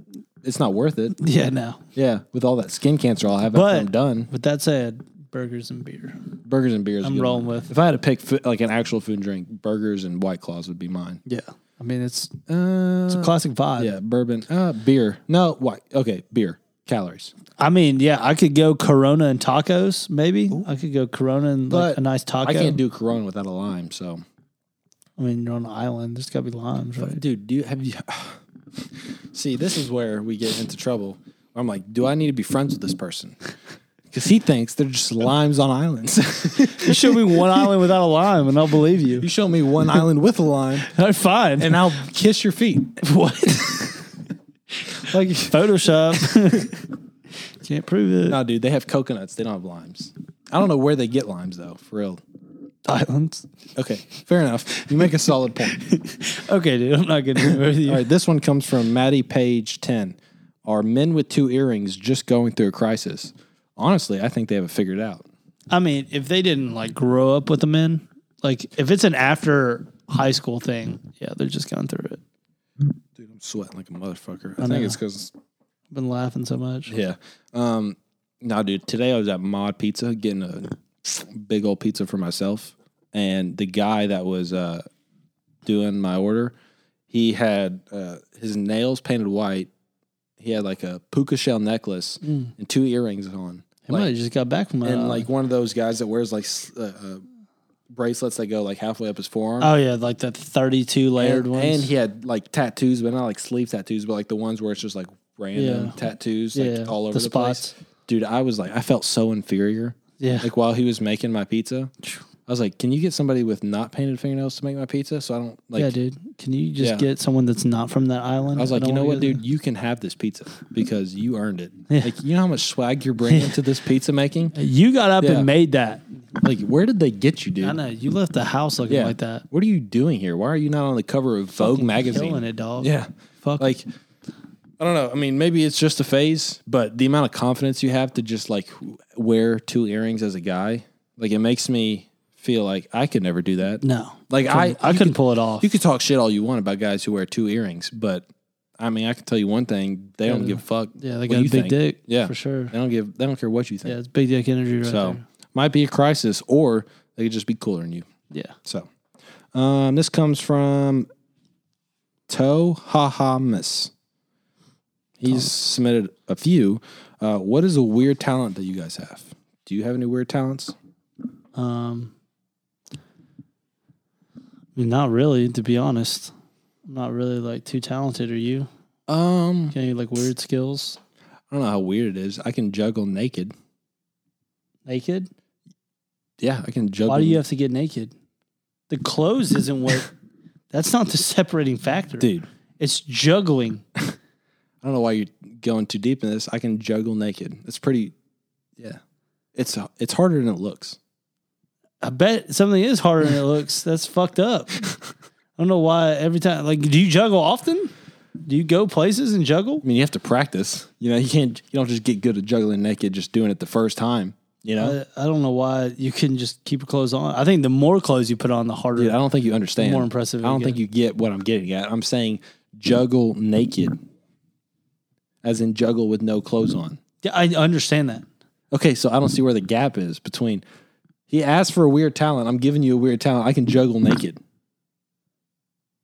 S1: it's not worth it.
S2: Yeah, no.
S1: Yeah. With all that skin cancer I'll have
S2: But-
S1: after I'm done.
S2: With that said, burgers and beer.
S1: Burgers and beers. is a
S2: I'm
S1: good
S2: rolling
S1: one.
S2: with-
S1: If I had to pick food, like an actual food and drink, burgers and white claws would be mine.
S2: Yeah, I mean it's
S1: Uh,
S2: it's a classic vibe.
S1: yeah, bourbon. Uh, beer. No, white. Okay, beer. Calories.
S2: I mean, yeah, I could go Corona and tacos. Maybe I could go Corona and like,
S1: But
S2: a nice taco.
S1: I can't do Corona without a lime. So,
S2: I mean, you're on an island. There's got to be limes, right?
S1: dude, do you have you? See, this is where we get into trouble. I'm like, do I need to be friends with this person? Because he thinks they're just limes on islands.
S2: you show me one island without a lime, and I'll believe you.
S1: you show me one island with a lime,
S2: I'm fine.
S1: and I'll kiss your feet.
S2: what?
S1: Like,
S2: Photoshop. can't prove it.
S1: no, dude, they have coconuts. They don't have limes. I don't know where they get limes though. For real.
S2: Islands.
S1: Okay, fair enough. You make a solid point.
S2: Okay, dude, I'm not getting with you.
S1: All right, this one comes from Maddie Page 10. Are men with two earrings just going through a crisis? Honestly, I think they have it figured out.
S2: I mean, if they didn't like grow up with the men, like if it's an after high school thing, yeah, they're just going through it.
S1: Dude, I'm sweating like a motherfucker. I,
S2: know.
S1: think it's because,
S2: Been laughing so much.
S1: yeah. Um, no, dude, today I was at Mod Pizza getting a big old pizza for myself. And the guy that was uh, doing my order, he had uh, his nails painted white. He had like a puka shell necklace and two earrings on.
S2: I
S1: Like-
S2: Mm. might have just got back from uh, that.
S1: and like one of those guys that wears like s- uh, uh, bracelets that go like halfway up his forearm.
S2: oh yeah, like the thirty-two layered
S1: and,
S2: ones.
S1: and he had like tattoos, but not like sleeve tattoos, but like the ones where it's just like random
S2: Yeah.
S1: tattoos, like
S2: Yeah,
S1: all over
S2: the
S1: the, place.
S2: spots.
S1: Dude, I was like, I felt so inferior.
S2: yeah,
S1: Like while he was making my pizza, I was like, "Can you get somebody with not painted fingernails to make my pizza?" So I don't like.
S2: yeah, dude. Can you just
S1: Yeah.
S2: get someone that's not from that island?
S1: I was like,
S2: don't
S1: "You know
S2: wanna
S1: what,
S2: go
S1: dude? You can have this pizza because you earned it.
S2: Yeah.
S1: Like, you know how much swag you're bringing to this pizza making?
S2: there. You got up
S1: Yeah.
S2: and made that.
S1: Like, where did they get you, dude?
S2: I know you left the house looking like that.
S1: What are you doing here? Why are you not on the cover of Vogue magazine?
S2: Killing it, dog.
S1: Yeah.
S2: Fuck.
S1: Like, I don't know. I mean, maybe it's just a phase, but the amount of confidence you have to just like wear two earrings as a guy, like it makes me feel like I could never do that.
S2: no.
S1: Like I,
S2: Couldn't- I
S1: you
S2: couldn't
S1: could-
S2: pull it off.
S1: You could talk shit all you want about guys who wear two earrings, but I mean, I can tell you one thing: they don't give a fuck.
S2: yeah, they
S1: what
S2: got a
S1: you
S2: big
S1: think.
S2: dick.
S1: Yeah,
S2: for sure.
S1: They don't give. They don't care what you think.
S2: Yeah, it's big dick energy right
S1: so
S2: there.
S1: might be a crisis, or they could just be cooler than you.
S2: Yeah.
S1: So, um, this comes from Toe Hahamas. He's submitted a few. Uh, what is a weird talent that you guys have? Do you have any weird talents?
S2: Um, I mean, not really, to be honest. I'm not really like too talented. Are you?
S1: Um,
S2: Got Any like weird skills?
S1: I don't know how weird it is. I can juggle naked.
S2: Naked?
S1: Yeah, I can juggle.
S2: Why do you have to get naked? The clothes isn't what. that's not the separating factor.
S1: dude?
S2: It's juggling.
S1: I don't know why you're going too deep in this. I can juggle naked. It's pretty. Yeah, it's uh, it's harder than it looks.
S2: I bet something is harder than it looks. That's fucked up. I don't know why every time. Like, do you juggle often? Do you go places and juggle?
S1: I mean, you have to practice. You know, you can't. You don't just get good at juggling naked just doing it the first time. You know,
S2: I, I don't know why you couldn't just keep your clothes on. I think the more clothes you put on, the harder.
S1: Dude, I don't think you understand.
S2: More impressive
S1: I don't
S2: you
S1: think
S2: get.
S1: you get what I'm getting at. I'm saying juggle naked, as in juggle with no clothes on.
S2: Yeah, I understand that.
S1: Okay, so I don't see where the gap is between. He asked for a weird talent. I'm giving you a weird talent. I can juggle naked.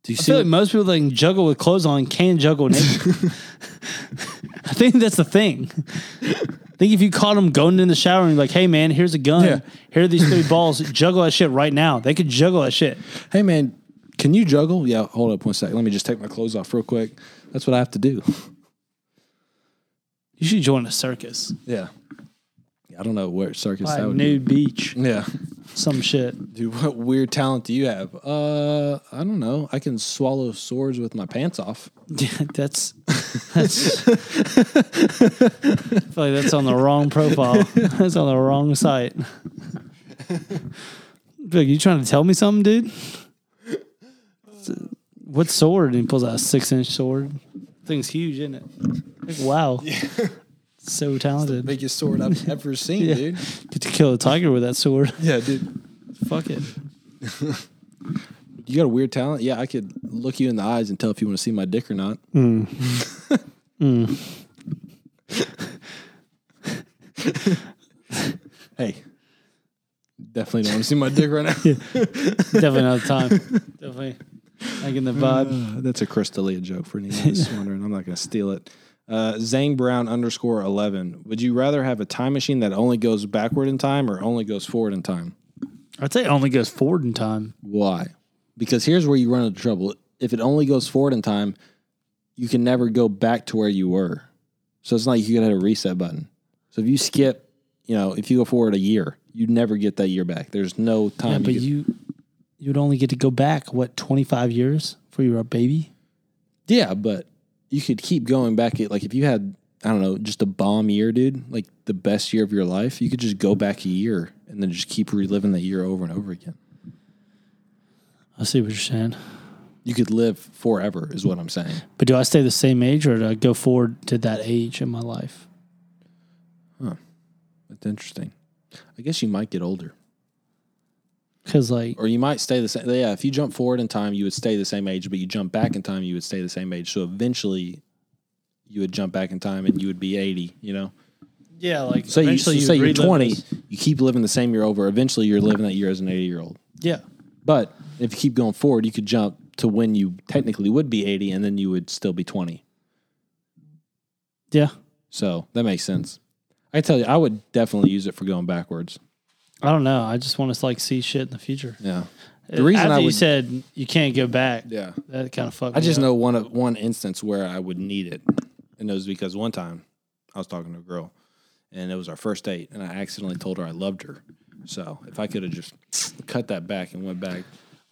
S1: Do you
S2: I
S1: see?
S2: feel
S1: what-
S2: like most people that can juggle with clothes on can juggle naked. I think that's the thing. I think if you caught them going in the shower and you're like, hey man, here's a gun.
S1: Yeah.
S2: Here are these three balls. Juggle that shit right now. They could juggle that shit.
S1: hey man, can you juggle? Yeah, hold up one second. Let me just take my clothes off real quick. That's what I have to do.
S2: You should join a circus.
S1: Yeah. I don't know where circus
S2: Like
S1: that would
S2: nude beach.
S1: be. Yeah.
S2: Some shit.
S1: Dude, what weird talent do you have? Uh, I don't know. I can swallow swords with my pants off.
S2: Yeah, that's that's I feel like that's on the wrong profile. That's on the wrong site. Big, you trying to tell me something, dude? It's what sword? And he pulls out a six inch sword. Thing's huge, isn't it? Like, wow. So talented.
S3: Biggest sword I've ever seen,
S2: Yeah.
S3: dude.
S2: Get to kill a tiger with that sword.
S3: Yeah, dude.
S2: Fuck it.
S1: You got a weird talent. Yeah, I could look you in the eyes and tell if you want to see my dick or not. Mm. hey, definitely don't want to see my dick right now.
S2: Definitely not the time. Definitely. I get the vibe.
S1: Uh, that's a Crystalia joke for anyone who's wondering. I'm not going to steal it. Uh, Zane Brown underscore 11. Would you rather have a time machine that only goes backward in time or only goes forward in time?
S2: I'd say it only goes forward in time.
S1: Why? Because here's where you run into trouble. If it only goes forward in time, you can never go back to where you were. So it's not like you could hit a reset button. So if you skip, you know, if you go forward a year, you never get that year back. There's no time.
S2: Yeah, but
S1: could-
S2: you you would only get to go back what twenty five years before you were a baby.
S1: yeah, but you could keep going back. At, like if you had, I don't know, just a bomb year, dude, like the best year of your life, you could just go back a year and then just keep reliving that year over and over again.
S2: I see what you're saying.
S1: You could live forever, is what I'm saying.
S2: But do I stay the same age or do I go forward to that age in my life?
S1: That's interesting. I guess you might get older.
S2: Because like
S1: or you might stay the same. Yeah, if you jump forward in time, you would stay the same age, but you jump back in time, you would stay the same age. So eventually, you would jump back in time and you would be eighty. You know,
S2: yeah, like
S1: so you so say you're twenty, you keep living the same year over. Eventually, you're living that year as an eighty year old.
S2: Yeah,
S1: But if you keep going forward, you could jump to when you technically would be eighty, and then you would still be twenty.
S2: yeah.
S1: So that makes sense. I tell you, I would definitely use it for going backwards.
S2: I don't know. I just want to like see shit in the future.
S1: Yeah, the reason
S2: Uh, After
S1: I
S2: you
S1: would
S2: said you can't go back,
S1: yeah.
S2: that kind of fucked.
S1: I just
S2: me up.
S1: know one of one instance where I would need it, and it was because one time I was talking to a girl, and it was our first date, and I accidentally told her I loved her. So if I could have just cut that back and went back,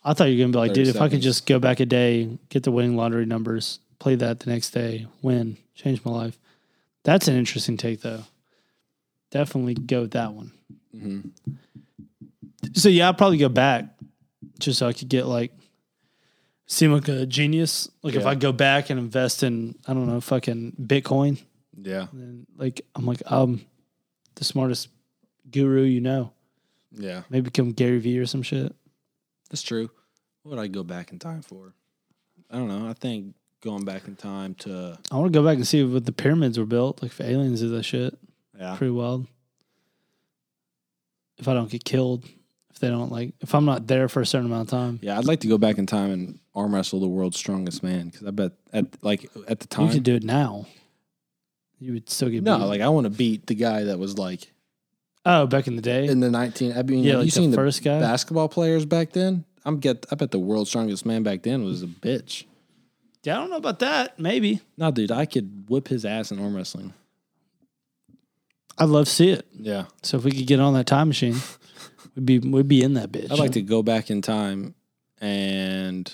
S2: I thought you were gonna be like,
S1: 30
S2: dude, if I could
S1: seconds.
S2: just go back a day, get the winning lottery numbers, play that the next day, win, change my life. That's an interesting take though. Definitely go with that one. So yeah, I'd probably go back just so I could get like seem like a genius. Like if
S1: Yeah.
S2: I go back and invest in I don't know, fucking Bitcoin,
S1: yeah,
S2: then like I'm like I'm the smartest guru you know.
S1: yeah,
S2: Maybe become Gary Vee or some shit.
S1: that's true. What would I go back in time for? I don't know. I think going back in time to
S2: I want to go back and see what the pyramids were built. Like if aliens did that shit,
S1: yeah,
S2: pretty wild. If I don't get killed, if they don't like, if I'm not there for a certain amount of time,
S1: yeah. I'd like to go back in time and arm wrestle the world's strongest man because I bet at like at the time
S2: you could do it now. You would still get
S1: no,
S2: beat.
S1: like I want to beat the guy that was like
S2: oh, back in the day,
S1: in the 19 I mean
S2: yeah,
S1: have
S2: like
S1: you seen
S2: the
S1: the
S2: first guy.
S1: basketball players back then I'm get I bet the world's strongest man back then was a bitch
S2: yeah, I don't know about that. Maybe
S1: no dude I could whip his ass in arm wrestling
S2: I'd love to see it.
S1: yeah
S2: So if we could get on that time machine, we'd be we'd be in that bitch.
S1: I'd like to go back in time and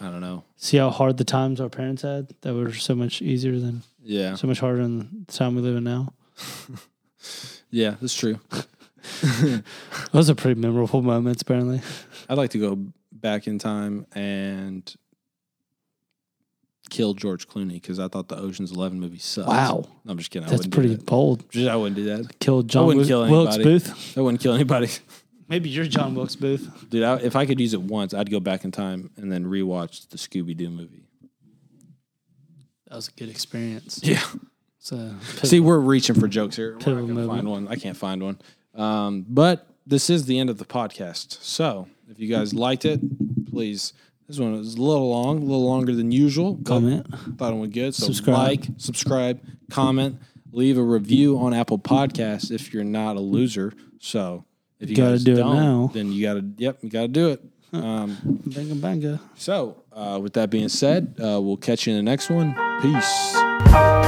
S1: I don't know
S2: see how hard the times our parents had that were so much easier than
S1: yeah
S2: so much harder than the time we live in now.
S1: yeah that's true
S2: Those are pretty memorable moments, apparently.
S1: I'd like to go back in time and kill George Clooney because I thought the Ocean's 11 movie sucked No, I'm just kidding I
S2: That's
S1: wouldn't
S2: pretty
S1: do that.
S2: bold.
S1: Just- I wouldn't do that
S2: Kill John
S1: wouldn't
S2: Wil-
S1: kill
S2: Wilkes
S1: anybody.
S2: Booth.
S1: I wouldn't kill anybody
S2: Maybe you're John Wilkes Booth.
S1: Dude, I, if I could use it once, I'd go back in time and then rewatch the Scooby Doo movie.
S2: That was a good experience.
S1: Yeah.
S2: So,
S1: See, we're reaching for jokes here. We're
S2: Pivotal
S1: not gonna
S2: movie.
S1: find one. I can't find one. Um, but this is the end of the podcast. So if you guys liked it, please. This one was a little long, a little longer than usual. but
S2: Comment.
S1: Thought it went good. So
S2: Subscribe.
S1: like, subscribe, comment, leave a review on Apple Podcasts if you're not a loser. So if you
S2: Gotta
S1: guys
S2: do it
S1: don't,
S2: now.
S1: then you gotta yep, you gotta do it. Um,
S2: banga banga.
S1: So, uh, with that being said, uh, we'll catch you in the next one. Peace.